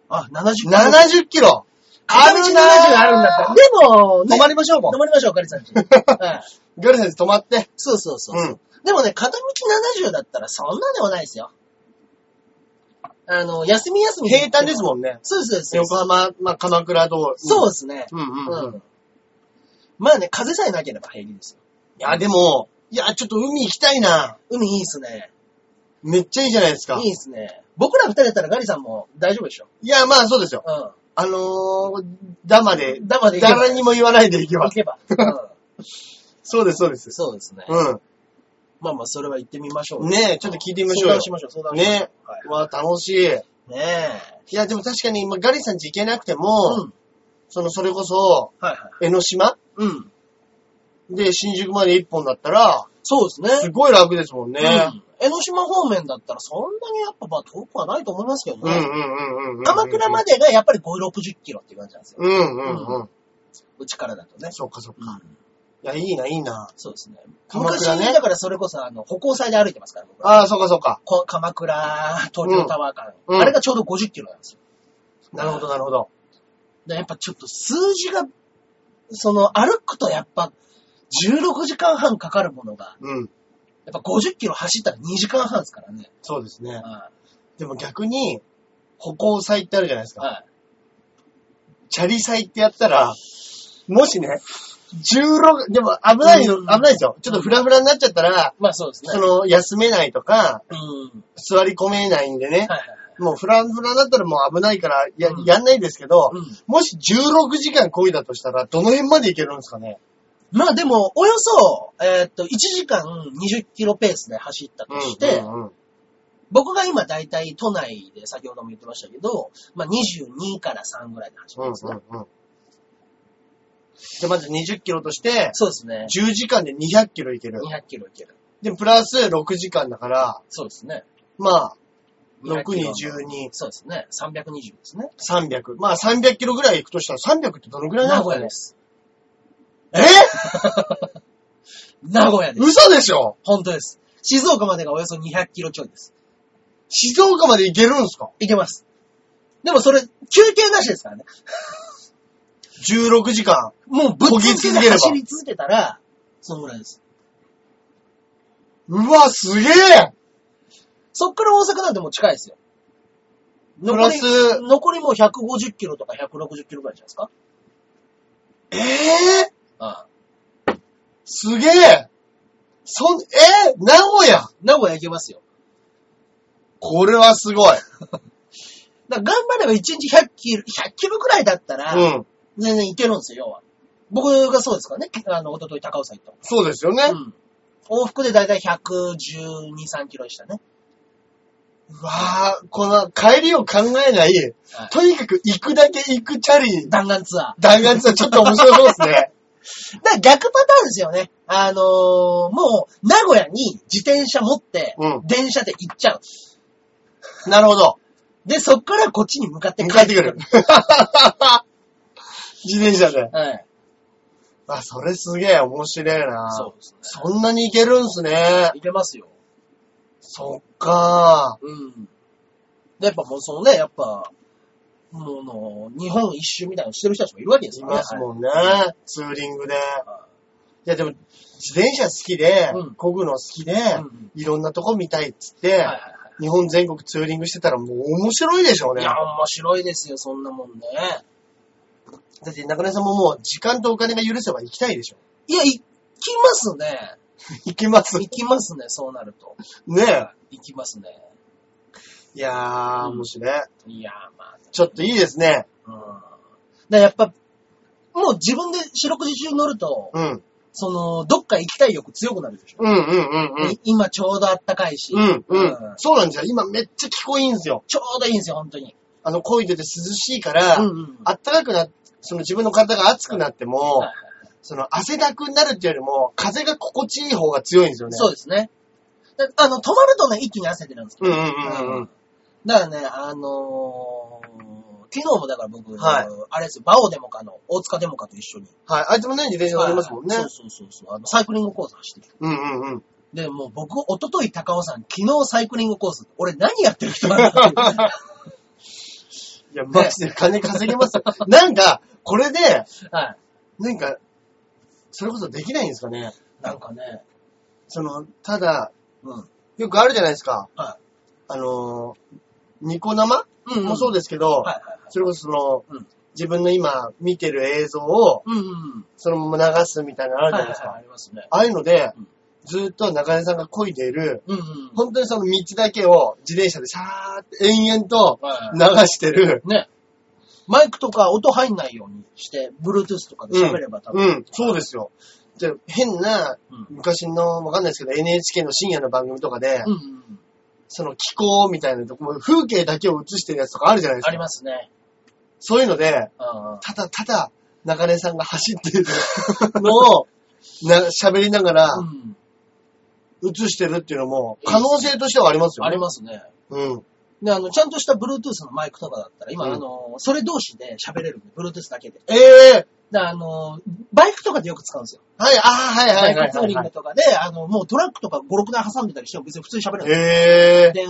あ、70キロ。 70キロあるな70ーあるんだったら。でも、ね止まりましょうもん止。まりましょう、かりさん ち。はいガル先生止まって。そうそうそううそう、ん。でもね、片道70だったらそんなでもないですよ。あの、休み休み。平坦ですもんね。そうそうそう。横浜、まあ、鎌倉道。そうう。ですね。うんうんうん。うん。まあね、風さえなければ平気ですよ。いや、でも、いや、ちょっと海行きたいな。海いいっすね。めっちゃいいじゃないですか。いいっすね。僕ら二人だったらガリさんも大丈夫でしょ。いや、まあそうですよ。うん。あのー、ダマで、ダマで行けば誰にも言わないで行けば行。け ば。うん。そうです、そうです。そうですね。うまあまあ、それは行ってみましょう。ん。ねえ、ちょっと聞いてみましょう相よ談。しましょう、相談しましょねう。はえ。わ、楽しい。い。ねえ。いや、でも確かに、まあ、ガリさんち行けなくてうも、ん。その、それこそ、はいはい。江ノ島うん。で新宿まで一本だったら、そうですね。すごい楽ですもんね。うん江ノ島方面だったらそんなにやっぱまあ遠くはないと思いますけどうんうんね。うんうんうん。鎌倉までがやっぱり5、60キロっていう感じなんですよ。うんうんうん。うちからだとね。そっかそっか。うんいや、いいな、いいな。そうですね。鎌昔、倉ねだからそれこそあの、歩行祭で歩いてますから、僕らああ、そっかそっか。こ鎌倉、東京タワー間、うんあれがちょうど50キロなんですよ。なるほど、なるほど。でやっぱちょっと数字が、その歩くとやっぱ16時間半かかるものが、うん。やっぱ50キロ走ったら2時間半ですからね。そうですね。はでも逆に、歩行祭ってあるじゃないですい。か。はチャリ祭ってやったら、もしね、16、でも危ない、うん危ないですよ。ちょっとフラフラになっちゃったら、い。まあそうですね。その、休めないとか、うん。座り込めないんでねは、いはいもうフラフラだったらもう危ないから、やうん、やんないですけど、はい。うん。もし16時間漕いだとしたら、どの辺まで行けるんですかねまあでも、およそ、えーっと、1時間20キロペースで走ったとして、うんうんうん僕が今大体都内で先ほども言ってましたけど、まあ22から3ぐらいで走うりんうますね。んうん。で、まず20キロとして、そうですね。 10時間で200キロいける。 200キロいける。で、プラス6時間だから、そうですね。まあ、 200 6キロにの12、そうですね。320ですね。 300。まあ300キロぐらい行くとしたら300ってどのぐらい名なの古か屋ねです。え名古屋です。嘘でしょ本当です。静岡までがおよそ200キロちょいです。静岡まで行けるんすかいけます。でもそれ、休憩なしですからね。 ?16 時間。もうぶっ続けこぎ続けてれば走り続けたら、そのぐらいです。うわ、すげえそっから大阪なんてもう近いですよ。プ残ラりス、、残りもう150キロとか160キロぐらいじゃないですか。ええああすげえそん、えー、名古屋名古屋行けますよ。これはすごい。だから頑張れば1日100キロ、100キロぐらいだったら、うん。全然行けるんですよ、要は。僕がそうですからね。あの、おととい高尾山行ったのそうですよね。うん。往復でだいたい112、3キロでしたね。うわあ、この帰りを考えない、はいとにかく行くだけ行くチャリ、弾丸ツアー。弾丸ツアーちょっと面白そうです ね。だから逆パターンですよね。あのーもう、名古屋に自転車持ってう、ん電車で行っちゃう。なるほど。で、そっからこっちに向かって帰ってくる。 自転車で。はい。あ、それすげえ面白いな。そうですね。そんなに行けるんすね。いけますよ。そっかうん。で、やっぱもうそのね、やっぱ、もうあの、日本一周みたいなのしてる人たちもいるわけですいよね。ますもんね。ツーリングで。いや、でも、自転車好きでうん、漕ぐの好きでんうん、いろんなとこ見たいっつっはいては、いは日本全国ツーリングしてたらもう面白いでしょうい。いね。や、面白いですよ、そんなもんね。だって中根さんももう時間とお金が許せば行きたいでしょ。いや、行きます ね。行きます。行きますね、そうなると。ねえ。行きますね。いやー、面白い。いやー、まあ、ちょっといいですね。うん。だからやっぱ、もう自分で四六時中乗ると、うん。その、どっか行きたい欲強くなるでしょ。うんうんうんうん。い今ちょうどあったかいし、うん、うんうん。そうなんですよ。今めっちゃ気候いいんですよ。ちょうどいいんですよ、本当に。あの、漕いでて涼しいから、うんうんあったかくな、その自分の体が熱くなってもはいはい、その汗だくになるっていうよりも、風が心地いい方が強いんですよね。そうう。ですね。だあの、止まるとね、一気に汗出るんですけど。うんうんうんうん。だからね、あのー昨日もだから僕、はいあれですよ、バオデモカの、大塚デモカと一緒に。はい。あいつもね、自転車乗りますもんね。そうそうそうそう。あの、サイクリングコース走ってきて。うんうん うん。で、もう僕、一昨日高尾さん、昨日サイクリングコース、俺何やってる人なんだっていう。いや、マジで金稼げます。なんか、これで、 はい。なんか、それこそできないんですかね。なんかね、その、ただ、うん。よくあるじゃないですか。はあのー、ニコ生い。うん、もそうでですけど、はいはいはい。それこそその、うん自分の今見てる映像をうんうん。そのまま流すみたいなのあるじゃないですか。ありますね。ああいうのでうん、ずーっと中根さんが漕いでいる、うんうん。本当にその道だけを自転車でさーって延々とはい流してる。ね。マイクとか音入んないようにして、Bluetooth とかで喋れば多分。うん、そうですよ。で変なうん、昔の、わかんないですけど、NHK の深夜の番組とかで、うんうん。その気候みたいなとこ、風景だけを映してるやつとかあるじゃないであすか。りますね。そういうので、うん。ただただ、中根さんが走ってるの を、な喋りながら、うん。映してるっていうのも、可能性としてはありますよあね。りますね。うん。で、あの、ちゃんとした Bluetooth のマイクとかだったら、今、うんあの、それ同士で喋れるんで、Bluetooth だけで。ええで、あの、バイクとかでよく使うんですよ。はい、ああー、はい、バはイい、はクいツーリンはグい。とかで、あの、もうトラックとか5、6台挟んでたりしても別に普通に喋れるんですええ電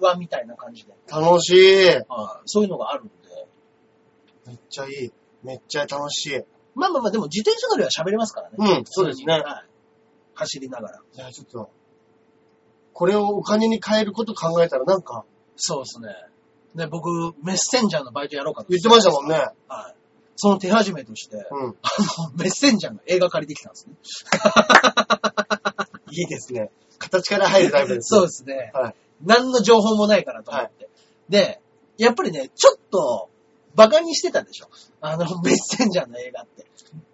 話みたいな感じで。楽しい。はいそういうのがあるんで。めっちゃいい。めっちゃ楽しい。まあまあまあ、でも自転車乗りは喋れますからね。うん、そうですね。はい。走りながら。じゃあちょっと、これをお金に変えること考えたらなんか、そうですね。で、僕、メッセンジャーのバイトやろうかと。言ってましたもんね。はい。その手始めとして、うん。あの、メッセンジャーの映画借りてきたんですね。いいですね。形から入るタイプです。そうう。ですね。はい。何の情報もないからと思って。で、やっぱりね、ちょっと、バカにしてたでしょ。あの、メッセンジャーの映画って。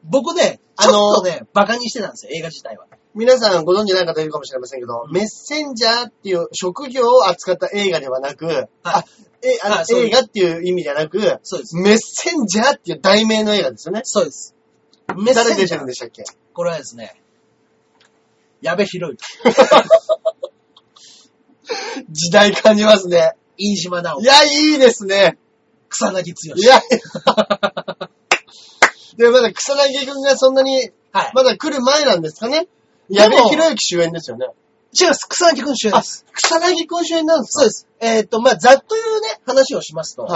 僕ね、ちあのょっとね、バカにしてたんですよ、映画自体は。皆さんご存知ない方いるかもしれませんけど、うんメッセンジャーっていう職業を扱った映画ではなく、あ、え、あのはいそう映画っていう意味じゃなく、そうです。メッセンジャーっていう題名の映画ですよね。そうです。メッ誰セン出ジてャるんーで、したっけこれはですね、矢部博之、時代感じますね。飯島直い樹、や、いいですね。草薙剛い。や、でもまだ草薙くんがそんなに、はい。まだ来る前なんですかねでも矢部博之主演ですよね。違う、草薙くん主演あです。、草薙くん主演なんですそうかです。えっ、と、まあ、ざっというね、話をしますと、はい。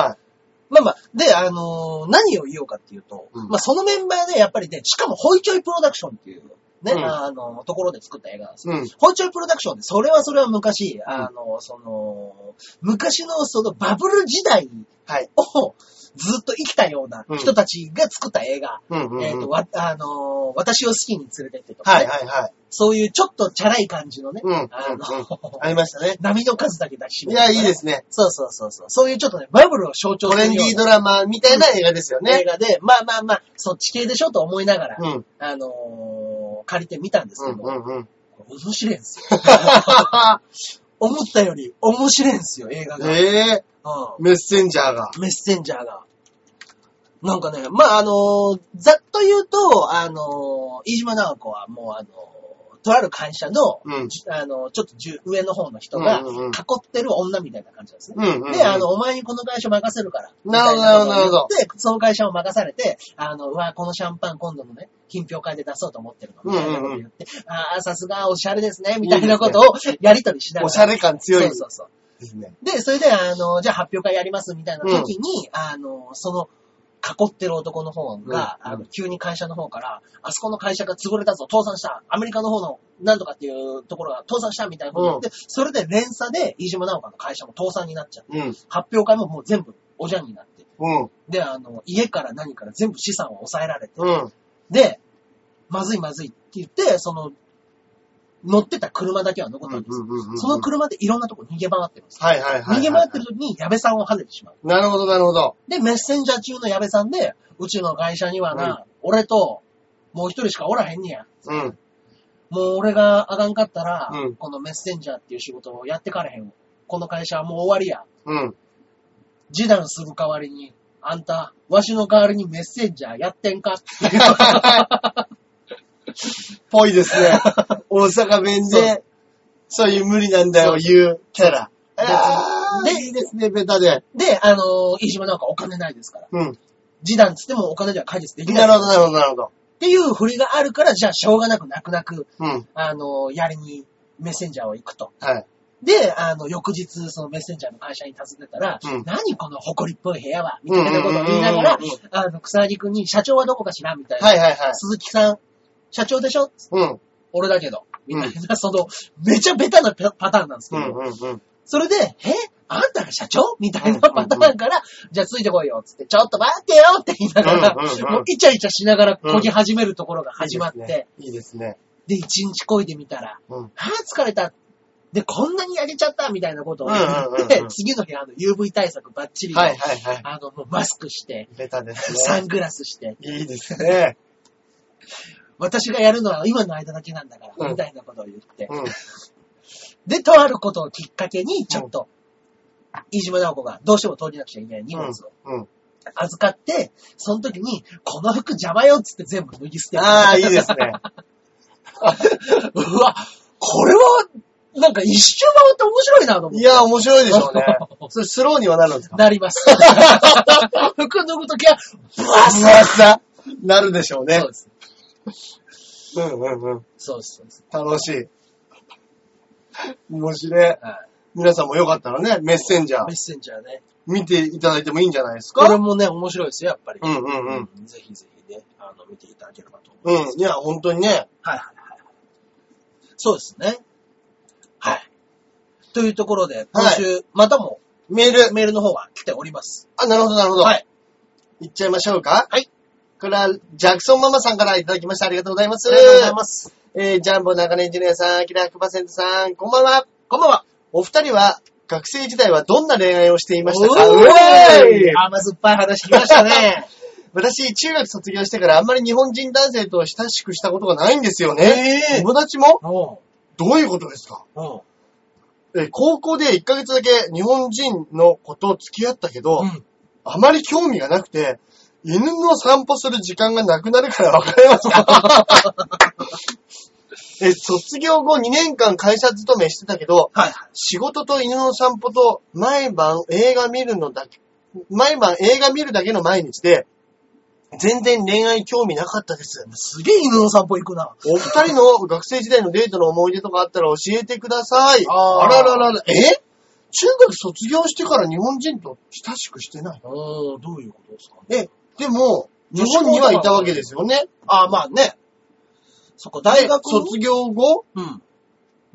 まあまあ、で、あのー何を言おうかっていうと、うんまあ、そのメンバーでやっぱりね、しかもホイチョイプロダクションっていうね、うんあの、ところで作った映画なんですよ。うん。ホイチョイプロダクションって、それはそれは昔、あの、その、昔のそのバブル時代はい。をずっと生きたような人たちが作った映画、うんうん、うん。えっ、と、わ、あのー私を好きに連れてってとか、はねいはいはい。そういうちょっとチャラい感じのね、うん。うん、うんあの、ありましたね。波の数だけ抱きしいめてや、とかいねいですね。そうそうそうそう。そういうちょっとね、バブルを象徴すトるよレうンなディードラマみたいな映画ですよ映ね。画で、まあまあまあ、そっち系でしょと思いながら、うん。あのー借りてみたんですうけんど、うんうん。面白いんですよ。思ったより面白いんですよ、映画が。ええうメッセンジャーが。ん、メッセンジャーが。なんかね、まああのーざっと言うと、あのー飯島直子はもうあのーとある会社の、うんじあのーちょっとじゅ上の方の人が囲うんうんうんってる女みたいな感じなんですね。うんうん、うん。で、あの、、お前にこの会社任せるから。なるほどみたいなこるほとをど言って、その会社を任されて、あの、うわ、このシャンパン今度のね、品評会で出そうと思ってるの。みたいなこと言って、ああ、さすがおしゃれですね、みたいなことをやりとりしながら。おしゃれ感強いそうそうそう。ですね。で、それで、あの、じゃあ発表会やりますみたいな時に、あの、その、囲ってる男の方が、うんあの急に会社の方から、あそこの会社が潰れたぞ、倒産した、アメリカの方の、なんとかっていうところが倒産したみたいなこと言って、それで連鎖で、飯島直子の会社も倒産になっちゃって、うん。発表会ももう全部おじゃんになって、うん。で、あの、家から何から全部資産を抑えられて、うん。で、まずいまずいって言って、その、乗ってた車だけは残ったんですよ。うんその車でいろんなとこ逃げ回ってるんですよ。はいはいはい。逃げ回ってる時に矢部さんをはねてしまう。なるほどなるほど。で、メッセンジャー中の矢部さんで、うちの会社にはな、俺と、もう一人しかおらへんねや。うん。もう俺があがんかったら、うんこのメッセンジャーっていう仕事をやってかれへん。この会社はもう終わりや。うん。示談する代わりに、あんた、わしの代わりにメッセンジャーやってん かっていう。ぽいです ね。大阪弁で、そういう無理なんだよ、言うキャラ。あーでいいですね、ベタで。で、あのー、飯島なんかお金ないですから。うん。示談つってもお金では解決できな。ないるほど、なるほど、なるほど。っていう振りがあるから、じゃあしょうがなく泣く泣く、うん。あのー、やりにメッセンジャーを行くと。はい。で、あの、翌日、そのメッセンジャーの会社に訪ねたら、うん何この誇りっぽい部屋は、みたいなことを言いながらうんうんうんうん、あの、草薙くんに、社長はどこかしらみたいな。はい、はい、はい。鈴木さん、社長でしょうん。俺だけど。みたいな、その、めちゃベタなパパターンなんですけうど、ん、うん、うん。それで、えあんたが社長みたいなパターンから、じゃあついてこいよ、つって、ちょっと待ってよって言いながら、うんうんうんもうイチャイチャしながら漕ぎ始めるところが始まって、でいいですね。一日漕いでみたら、うん。ああ、疲れた。で、こんなに焼けちゃったみたいなことを言って、うんうんうんうん次の日、あの、UV 対策バッチリで、はい、はい、はい。あの、もうマスクして、ベタですサね。ングラスして、いいですね。私がやるのは今の間だけなんだから、うんみたいなことを言って。うん。で、とあることをきっかけに、ちょっと、飯島直子がどうしても通りなくちゃいけない荷物をうん。預かって、その時に、この服邪魔よっつって全部脱ぎ捨てる。ああ、いいですね。うわ、これは、なんか一周回って面白いなと思っていや、面白いでし ょうね。それスローにはなるんですかなり ます。服脱ぐときは、ブワッうわさなるでしょうねそう。です。うんうんうん。そうです。そうです。楽しい。面白い。は皆さんもよかったらね、メッセンジャい。メッーセンジャーね。見ていただいてもいいんじゃないですこれかもね、面白いですよ、やっぱり。うんうんうん。ん。ぜひぜひね、あの、見ていただければと思ういんます。。いや、本当にね。はいはいはい。そうですね。はい。というところで、今週、またもメール。メールの方は来ております。あ、なるほどなるほど。はい。いっちゃいましょうかはい。これは、ジャクソンママさんからいただきました。ありがとうございます。ありがとうございます。えー、ジャンボ中根ジュニアさん、アキラ100%さん、こんばんは。こんばんは。お二人は、学生時代はどんな恋愛をしていましたかううえい甘酸っぱい話聞きましたね。私、中学卒業してからあんまり日本人男性と親しくしたことがないんですよね。ええ友達も おうどういうことですかおうえー高校で1ヶ月だけ日本人の子と付き合ったけど、うん。あまり興味がなくて、犬の散歩する時間がなくなるから別れ ました。え卒業後2年間会社勤めしてたけど、はいはい。仕事と犬の散歩と毎晩映画見るのだけ、毎晩映画見るだけの毎日で、全然恋愛興味なかったです。すげえ犬の散歩行くな。お二人の学生時代のデートの思い出とかあったら教えてください。あーあらららら、え中学卒業してから日本人と親しくしてないおーどういうことですかね。え、でも、日本にはいたわけですよね。ああ、まあね。そっか、大大学学卒業後、うん。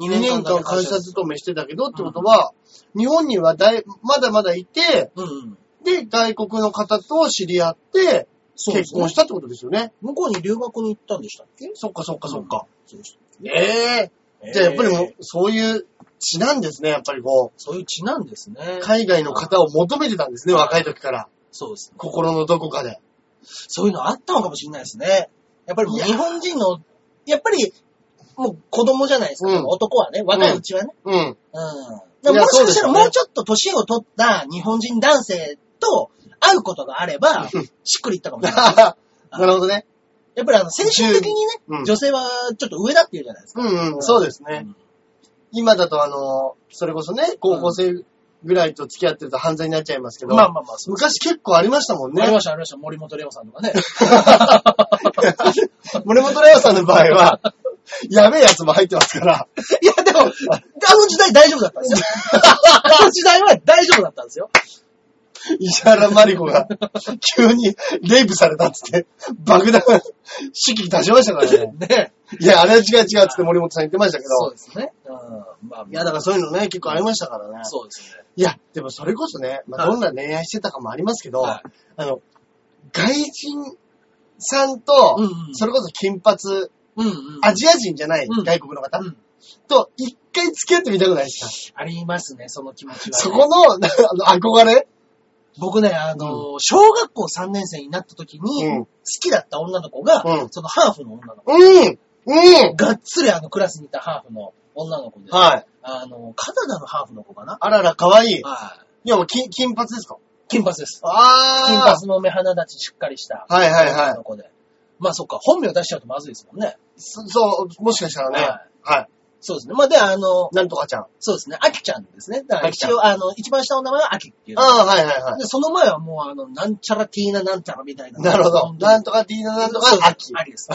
2 2年間会社勤めしてたけどってことは、日本には大まだまだいて、うんうん。で、外国の方と知り合って、そうです結婚ねし。たってことですよね。向こうに留学に行ったんでしたっけそっかそっかそっか。そうでしたええじゃあやっぱりもう、そういう血なんですね、やっぱりこそういう血なんですねう。。海外の方を求めてたんですね、若い時から。そうですね。心のどこかで。そういうのあったのかもしれないですね。やっぱりもういや日本人の、やっぱり、もう子供じゃないですか、うん男はね。若いうちはね。うん。うん。でいもやもしかしたそうですよらねもうちょっと年を取った日本人男性と会うことがあれば、しっくりいったかもしれない。 なるほどね。やっぱりあの、精神的にね、うん女性はちょっと上だって言うじゃないですか。うんうん、そうですね。今だとあの、それこそね、高校生ぐらいと付き合ってると犯罪になっちゃいますけど、まあまあまあ、そう。昔結構ありましたもんありねま。した、ありました。森本レオさんとかね。森本レオさんの場合 は、やべえやつも入ってますから。いや、でも、あの時代大丈夫だったん ですよ。あの時代は大丈夫だったんですよ。石原まり子が、急にレイプされたっつって、爆弾、式出しましたからね。ね。いや、あれは違う違うっつって森本さん言ってましたけそうど。ですね。うん。まあ、いや、だからそういうのね、結構ありましたからね。そうですね。いや、でもそれこそね、まはあ、いどんな恋愛してたかもありますけど、はあの、外人さんと、うんうんそれこそ金髪、うんうん。アジア人じゃないうん外国の方、うんと一回付き合ってみたくないですか、ありますね、その気持ちは、ね。そこの なあの憧れ僕ね、あの、小学校3年生になった時に、うん好きだった女の子が、うんそのハーフの女の子。うんうんがっつりあのクラスにいたハーフの女の子で、はい。あの、カナダのハーフの子かなあらら、かわいい。はいや、もう金金髪ですか金髪です。金あ髪の目鼻立ちしっかりした。あはいはい女はいの。子で。まあそっか、本名出しちゃうとまずいですもんね。そそう、もしかしたらね。ははそうですね。まあで、あの、い。なんとかちゃん。あそうですね、アキちゃんですね。だからアキちゃん一応、あの、一番下の名前はアキっていう。あ、はいはいはい。で、その前はもう、あの、なんちゃらティーナなんちゃらみたいな。なるほど。本当になんとかディーナなんとか秋。ありです。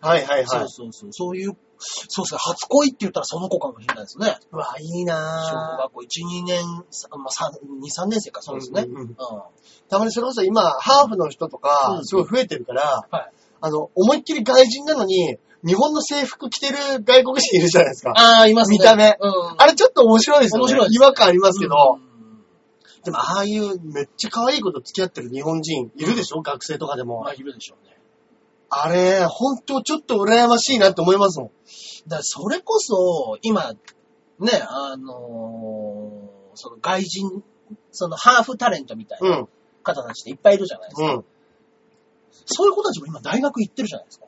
はいはいそはうそうそう。そういう、そうですね。初恋って言ったらその子かもしれないですね。い。うわ、いい小なぁ。学校1、2年、さまあ、3、2、3年生か、そうですね。ううんんうんうんはたまにそれこそ今、ハーフの人とかう、んすごい増えてるから、い。あの、思いっきり外人なのに、日本の制服着てる外国人いるじゃないですか。ああ、いますね。見た目うん。あれちょっと面白いですよね。面白いです違和感ありますけど。うんでも、ああいうめっちゃ可愛い子と付き合ってる日本人いるでしょ、学生とかでもまあ、。いるでしょうね。あれ、ほんとちょっと羨ましいなって思いますもん。。だからそれこそ、今、ね、あのーその外人、そのハーフタレントみたいうなん方たちっていっぱいいるじゃないですか。うん。そういう子たちも今大学行ってるじゃないですか。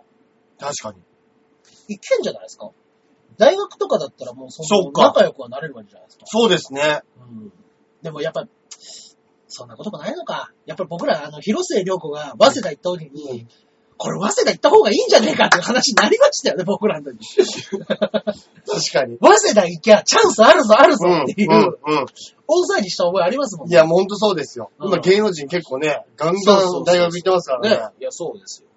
確かに。行けんじゃないですか。大学とかだったらもうそそのうか仲良くはなれるわけじゃないですか。そうですね。うんでもやっぱ、そんなこともないのか。やっぱり僕ら、あの、広末涼子が早稲田行った時に、これ早稲田行った方がいいんじゃねえかっていう話になりましたよね、僕らの時。確かに。早稲田行きゃチャンスあるぞ、あるぞうん。っていう、うん。うん。大騒ぎした覚えありますもんいね。や、ほんとそうですよ。うん今、芸能人結構ね、ガそンうそうガそンう大学行ってますからね。ね。いや、そうですよ。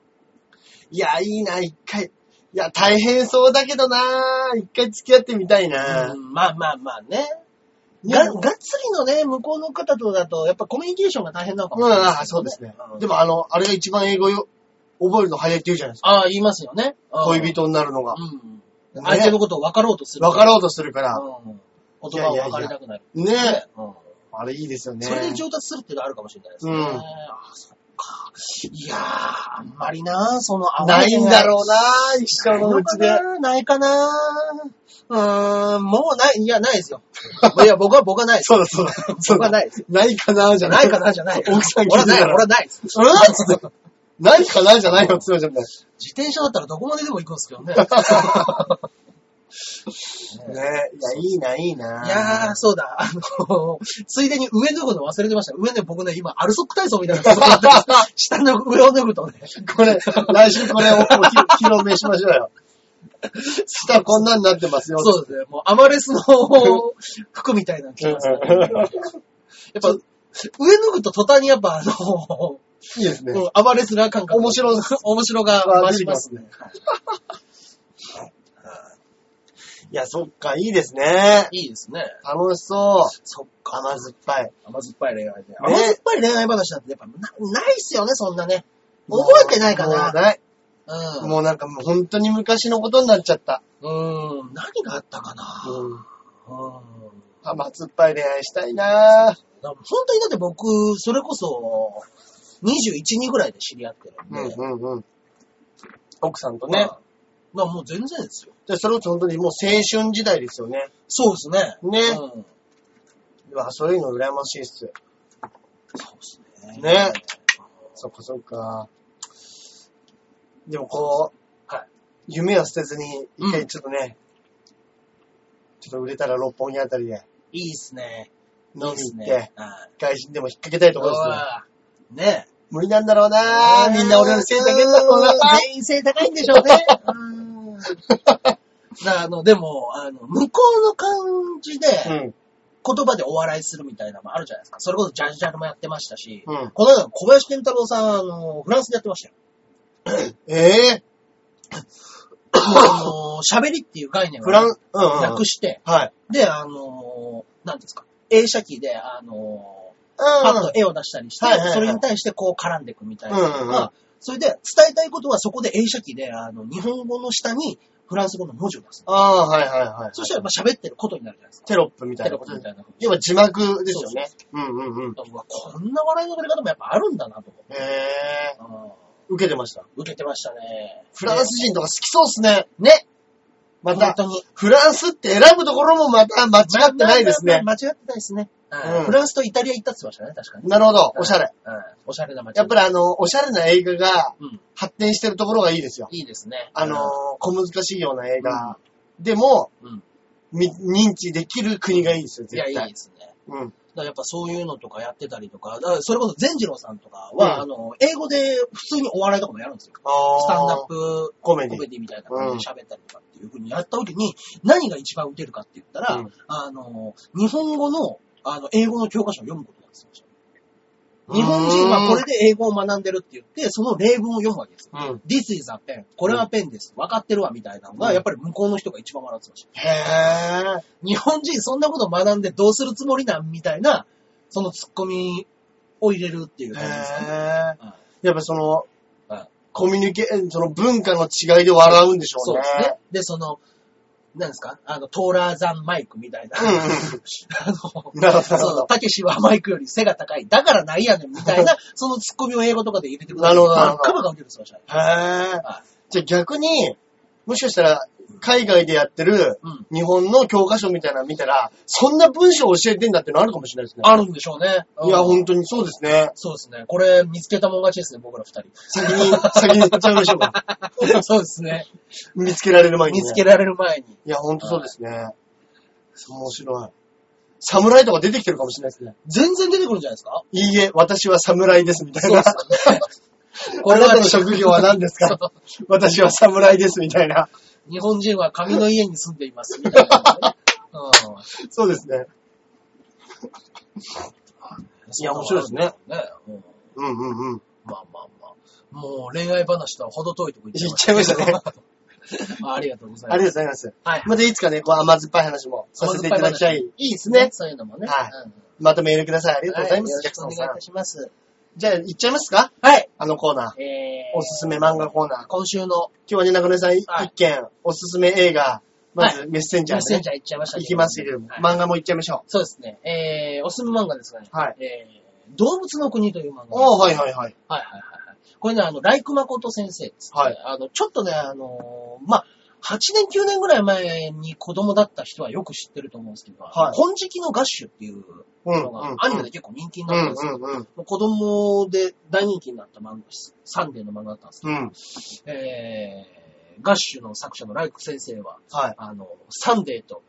いや、いいな、一回。いや、大変そうだけどな、一回付き合ってみたいな。うんまあまあまあね。いやが、がっつりのね、向こうの方とだと、やっぱコミュニケーションが大変なのかうもん、しれないあそうですね。でも、も、あの、あれが一番英語よ覚えるの早いって言うじゃないですか。ああ、言いますよね。うん恋。人になるのが。うん。ね相手のことを分かろうとする。分かろうとするから。うん言葉を分かりたくなる。ねえ。うんあれいいですよね。それで上達するっていうのはあるかもしれないですね。うんあそっか。いやー、あんまりな、その合わなせいがんだろうな、一生ないののうかちで。なないかなうーん、もうない、いや、ない ですよ。いや、僕は、僕はないです。そうだそうだ。そう僕はだ。ないです。ないかな、じゃないかな。なじゃない。奥さん聞いて俺はない、たら俺はないです。うんつ って。ないかな、じゃないよ、つまじゃんね。自転車だったらどこまででも行くんですけ どね。ねえ。いや、いいな、いいな。いやー、そうだ。あの、ついでに上脱ぐの忘れてました。上ね、僕ね、今、アルソック体操みたいなのやって ます。下の上を脱ぐとね。これ、来週これをお披披露目しましょうよ。下こんなんなってますよ。そうですね。もう、アマレスの服みたいなの着てますね。やっぱ、上脱ぐと途端にやっぱ、あの、いいですね。うんアマレスラー感覚。面白い。面白が増しますね。いや、そっか、いいですね。いいですね。楽しそう。そっか。甘酸っぱい。甘酸っぱい恋愛ね。甘酸っぱい恋愛話なんてやっぱな、ないっすよね、そんなね。覚えてないかもうな。ない。うん。もうなんかもう本当に昔のことになっちゃった。うーん。何があったかな。うん。うん。本甘酸っぱい恋愛したいなぁ。当にだって僕、それこそ、21、2ぐらいで知り合ってるんで。うんうんうん。奥さんとね。ねだ。からもう全然ですよ。で、それこそ本当にもう青春時代ですよね。そうですね。ねうん。うわ、そういうの羨ましいっす。そうですね。ねそっかそっか。でもこう、はい夢を捨てずに、一う回んちょっとね、ちょっと売れたら六本木あたりでいいっすね。飲みいいっす行って、ね。はい。外人でも引っ掛けたいところですね。うわーね無理なんだろうなぁ。みんな俺の背高いんだろうなうん全員背高いんでしょうね。 うんだあの、でも、あの、向こうの感じで、ぁ。う言ん。葉でお笑いするみたいなのもあるじゃないですか。それこそジャルジャルもやってましたし、うんこの間小林健太郎さんは、あの、フランスでやってま したよ。えあの、喋りっていう概念ぇ、をフラン、うん、うん。なくして、はい。で、あの、なんですか、映写機で、あの、パッうと絵を出したりして、はいはいはいそれに対してこう絡んでいくみたいなのが、うんうんうんそれで伝えたいことはそこで映写機で、あの、日本語の下にフランス語の文字を出す。ああ、はいはいはい。そしたらやっぱ喋ってることになるじゃないですか。テロップみたテいなレこビとみで。たいな。要は字幕ですよね。うんうんうん。うわこんな笑いの取り方もやっぱあるんだなとへえ思って。ー、受けてました。うん受けてましたね。フランス人とか好きそうっすね。ね。また、本当に。フランスって選ぶところもまた間違ってないですね。まあまあ間違ってないですね。はいうんフランスとイタリア行ったって言ってましたね、確かに。なるほど。おしゃれ。うん。おしゃれな街。やっぱりあの、おしゃれな映画がり。うん。発展してるところがいいですよ。いいですね。あのー、小難しいような映画。でも、うん、み認知できる国がいいですよ、いや、い絶い対。ですね。うん。からやっぱそういうのとかやってたりとか、だからそれこそ善次郎さんとかは、うんあの、英語で普通にお笑いとかもやるんですよ。あスタンダップコメディみたいな感じで喋ったりとかっていう風にやった時に、何が一番受けるかって言ったら、うんあの、日本語の、あの、英語の教科書を読むことなんですよ。日本人はこれで英語を学んでるって言って、その例文を読むわけですよ。うん This is a pen. これはペンです。分かってるわ、みたいなのが、うんやっぱり向こうの人が一番笑ってました。へぇ日本人そんなこと学んでどうするつもりなんみたいな、そのツッコミを入れるっていうー。感じですかね。へぇはいやっぱそのはい、コミュニケーその文化の違いで笑うんでしょそううね。ですね。で、その、何ですかあの、トーラーザンマイクみたいな。あの、なるほどそう、たけしはマイクより背が高い。だからないやねん、みたい な、そのツッコミを英語とかで入れてくる。なるほどなるほどバッカバカ受けてましたね。へぇはいじゃあ逆に、もしかしたら、海外でやってるうん日本の教科書みたいなの見たら、そんな文章を教えてんだってのあるかもしれないですね。あるんでしょうね。いや、うん本当にそうですね。そうですね。これ、見つけたもん勝ちですね、僕ら二人。先 に、先に言っちゃいましょうか。 そうですね。見つけられる前に、ね。見つけられる前に。いや、ほんとそうですね。面白い。侍とか出てきてるかもしれないですね。全然出てくるんじゃないです かいいえ、私は侍です、みたいな。こあれなはたの職業は 何ですか私は侍です、みたいな。日本人は紙の家に住んでいます、みたいなね、うん。そうですね。いや面白いですね。ね、うんうんうんうん。まあまあまあ。もう恋愛話とは程遠いとこ行言っっちゃいましたね。た。ありがとうございあ ます。りがとうございます。はい。またいつかね、こう甘酸っぱい話もさせていただきたい。いいですね。そういうのもね。はいうんまたメールください。ありがとうございまはよす、ろジャしくクソおンさ願いいんた。します。じゃあ、行っちゃいますかはい。あのコーナー。えー、おすすめ漫画コーナー。今週の今日はね、中根さん一はい件、おすすめ映画、まずメッセンジメャッーセでンねジャー行っちゃいました行きますけれども、はい漫画も行っちゃいましょそうですね。えー、おすすめ漫画ですがね。はいえー、動物の国という漫画。う。おー、はいははいいはい。はいはいはい。これね、あの、ライクマコト先生です、ね。はいあの、ちょっとね、あのーまあ、8年、9年ぐらい前に子供だった人はよく知ってると思うんですけど、はい金色のガッシュっていううん、のが、うん。アニメで結構人気にうなったんんですけど、うんうん。もう子供で大人気になった漫画です。サンデーの漫画だったんですけうど、ん。えー、ガッシュの作者のライク先生は、はい。あの、サンデーと、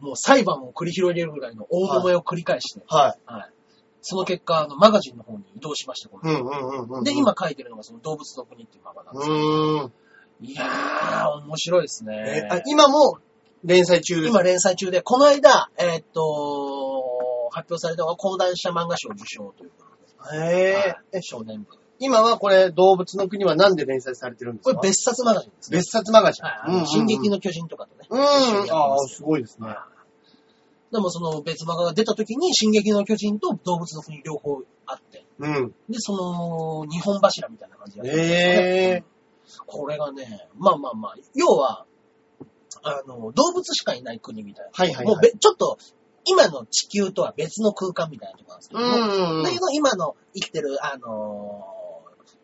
もう裁判を繰り広げるぐらいの大揉めを繰り返して、はい。はい。その結果、あの、マガジンの方に移動しました、このうんうんうんうん。で、。今書いてるのがその動物の国っていう漫画なんうですよ。ーん。いやー、面白いですえねー。あ今も連載中です。今連載中で、この間、えーっと、発表されたのが講談社漫画賞受賞ということでへーはい少年部。今はこれ、動物の国はなんで連載されてるんですこかれ別冊マガジンですね。別冊マガジン。はいあの。進撃の巨人とかとね。うん。一緒にやってああま、すすごいですね。でもその別漫画が出た時に、進撃の巨人と動物の国両方あって、うん。で、その、日本柱みたいな感じでやってるんですよねええ。これがね、まあまあまあ、要は、あの、動物しかいない国みたいな。はいはいはいもうべちょっと、今の地球とは別の空間みたいなところなんですけうどんも、うんうんだけ。ど今の生きてる、あのー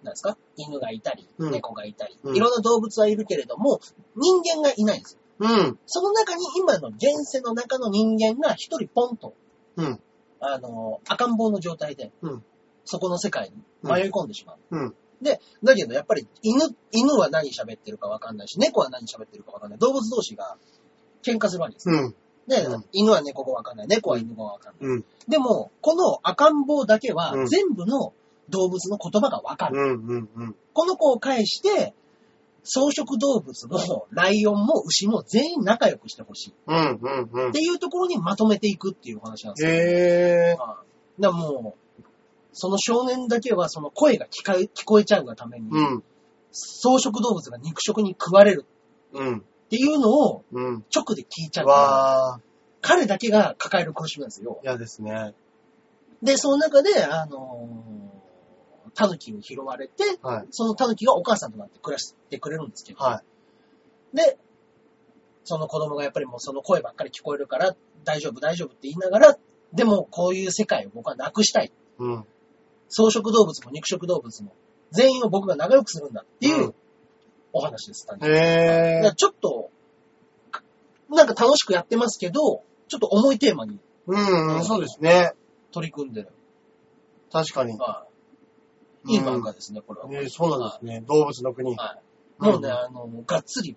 なんですか犬がいたり、うん猫がいたり、うんいろんな動物はいるけれども、人間がいないんですよ。うん。その中に今の現世の中の人間が一人ポンと、うん。あのー赤ん坊の状態で、うんそこの世界に迷い込んでしまう。うん。で、だけどやっぱり犬、犬は何喋ってるかわかんないし、猫は何喋ってるかわかんない。動物同士が喧嘩するわけです。うん。で、うん犬は猫語わかんない。猫は犬語わかんない。うん。でも、この赤ん坊だけはうん全部の動物の言葉がわかる。うん。うん。うん。この子を介して、草食動物もライオンも牛も全員仲良くしてほしい。うん。うん。うんって。いうところにまとめていくっていうお話なんですよ。はへえ。いだからもう、その少年だけはその声が聞か聞こえちゃうがために、うん。草食動物が肉食に食われるうん。っていうのをうん。直で聞いちゃうから。わー、彼だけが抱える苦しみなんですよ。嫌ですね。で、その中で、あのー、狸に拾われて、はい。その狸がお母さんとなって暮らしてくれるんですけど、はで、その子供がやっぱりもうその声ばっかり聞こえるから、大丈夫大丈夫って言いながら、でもこういう世界を僕はなくしたい。い。うん。草食動物も肉食動物も、全員を僕が仲良くするんだっていううんお話です、単純にへだからえ。ちょっと、なんか楽しくやってますけど、ちょっと重いテーマにうん、うん、そうですね。取り組んでる。確かに。はいいい漫画ですね、これは。ね、そうなんですね。動物の国。あ、はい。うんもうね、あの、がっつり、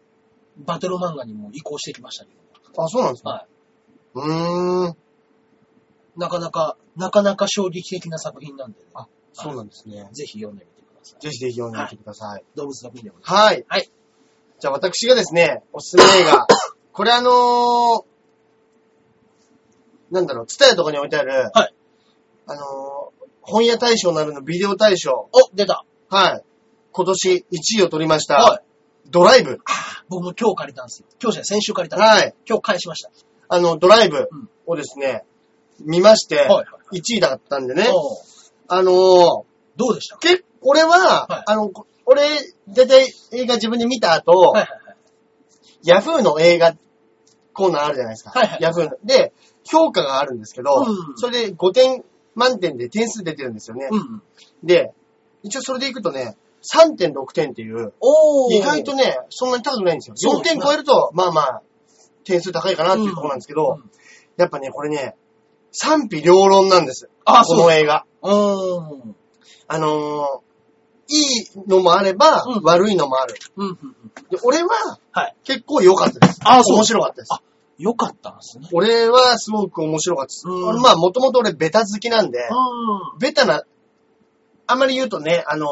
バトル漫画にも移行してきましたけど。そうなんですね。はうーん。なかなか、なかなか衝撃的な作品なんでね、あそうなんですね。ぜひ読んでみてください。ぜひぜひ読んでみてください。動物の国でございます。はい。はい。じゃあ私がですね、おすすめ映 画。これあのー、なんだろう、ツタヤとかに置いてある、はいあのー、本屋大賞なるのビデオ大賞。お、出た。はい。今年1位を取りました。はい。ドライブ。僕も今日借りたんですよ。今日じゃない先週借りたんです。はい。今日返しました。あの、ドライブうんをですね、見まして、はいはいは1位だったんでね、おうあのー、どうでしたかけ俺は、はいあの、こ俺、大体映画自分で見た後、はいはいはい。ヤフーの映画コーナーあるじゃないですか。はいはいヤフーの。で、評価があるんですけど、うんそれで5点満点で点数出てるんですよね。うん。で、一応それでいくとね、3.6点っていう、おー意外とね、そんなに高くないんですよ。そう4ですね点超えると、まあまあ、点数高いかなっていうところなんですけうど、んやっぱね、これね、賛否両論なんです。あ、そこうのです。映画。うーん。あのー、いいのもあれば、うん悪いのもある。うんうんうん。で俺は、はい結構良かったです。あそう面白かったですあ。よかったんですね。俺はすごく面白かったです。うん俺まあ、もともと俺ベタ好きなんで、うベタな、あまり言うとね、あのー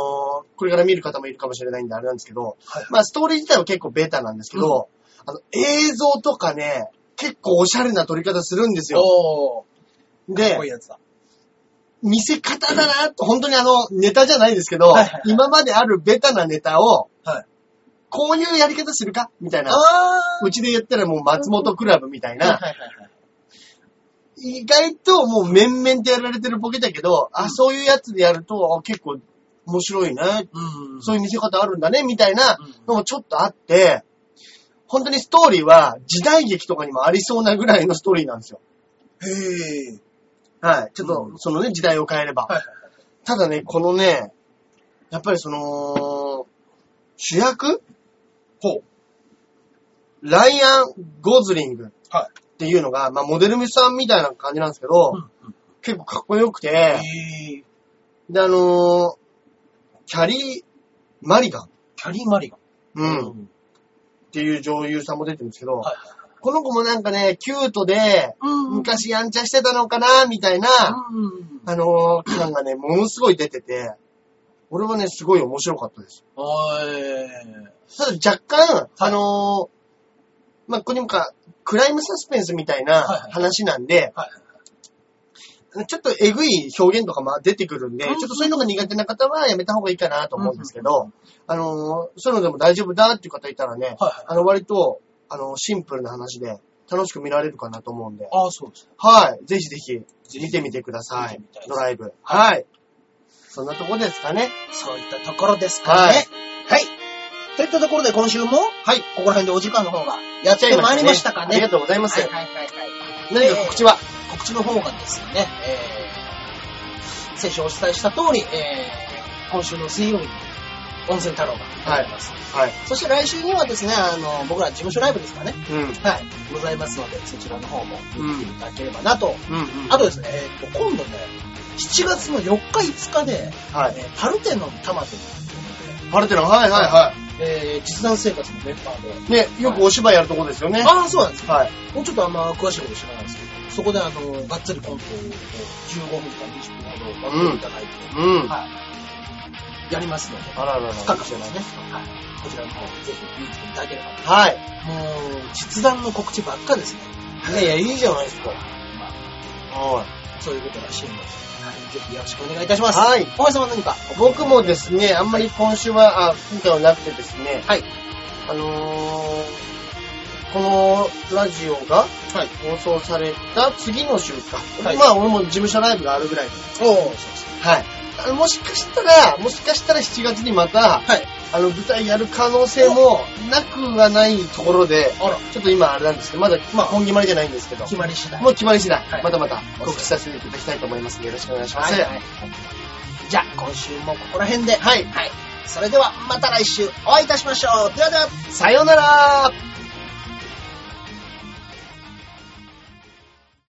これから見る方もいるかもしれないんであれなんですけど、はいまあ、ストーリー自体は結構ベタなんですけど、あの、映像とかね、結構おしゃれな撮り方するんですん。よ。おー。でこうい、うやつだ。見せ方だなと、本当にあの、ネタじゃないですけど、はいはいはい今まであるベタなネタを、はいこういうやり方するかみたいな。あうちで言ったらもう松本クラブみたいはいな、はいはいはい。意外ともう面々とやられてるボケだけど、うあ、んそういうやつでやると、あ結構面白いね、うん。そういう見せ方あるんだね、みたいなうんのもちょっとあって、本当にストーリーは時代劇とかにもありそうなぐらいのストーリーなんですよ。へー。はい。ちょっうと、んそのね、時代を変えれば。はいはいただね、このね、やっぱりその、主役ほう。ライアン・ゴズリングっはていうのが、まあ、モデルさんみたいな感じなんですけど、い。うん結構かっこよくて、うん。へー。で、あのーキャリー・マリガン、キャリーマリガン。うん、っていう女優さんも出てるんですけど、はいこの子もなんかね、キュートで、うん。昔やんちゃしてたのかな、みたいな、うん。あのー感がね、ものすごい出てて、俺はね、すごい面白かったです。おーただ若干、あのーまあ、ここにもか、クライムサスペンスみたいはないはい話なんで、はいちょっとえぐい表現とかも出てくるんで、ちうょんっとそういうのが苦手な方はやめた方がいいかなと思うんですけうど、あのーそういうのでも大丈夫だっていう方いたらね、はいはい。あの、割と、あの、シンプルな話で、楽しく見られるかなと思うんで。ああ、そうですね。はい。ぜひぜひ、ひ見てみてくださ見ていみたいで。すドライブ。はい。そんなとこですかね。そういったところですかね。はい。といったところで今週も、はい。ここら辺でお時間の方がやってまいりましたかね。ありがとうございます。はいはいはいはい。何か告知は、告知の方がですね、えー、先週お伝えした通り、えー、今週の水曜日に温泉太郎があります。はい。そして来週にはですね、あの、僕ら事務所ライブですかね。うん。はい。ございますので、そちらの方もうん。いただければなと。うん。うん。あとですね、えーと、今度ね、7月の4日5日で、はい。えーパルテノン玉というパルテロン、はいはいはえー、実弾生活のメンバーで。い。ね、よくお芝居やるとこですよね。ああ、そうなんですか。はい。もうちょっとあんま詳しいこと知らないですけど、そこであの、がっつりコントを15分か20分ほどやっていただいて、うん。あはい。やりますので、らららら。深くですね。はい。こちらの方、ぜひ見ていただければと。はい。もう、実弾の告知ばっかですね。いやいや、いいじゃないですか。まあ、はい。そういうことらしいので、はい。ぜひよろしくお願いいたします。はいお前様何か僕もですね、あんまり今週は、あ、今回はなくてですね、はい。あのー、このラジオがはい。放送された次の週か。はいまあ、俺も事務所ライブがあるぐらいです。おー、そうですね。はい。あのもしかしたら、もしかしたら7月にまた、はい。あの、舞台やる可能性もなくはないところで、あら、ちょっと今あれなんですけど、まだ、まあ、本決まりじゃないんですけど、決まり次第。もう決まり次第、はいまたまた告知させていただきたいと思いますので、よろしくお願いします。はいはいじゃあ、今週もここら辺で。はい。はい。それでは、また来週お会いいたしましょう。ではでは。さようなら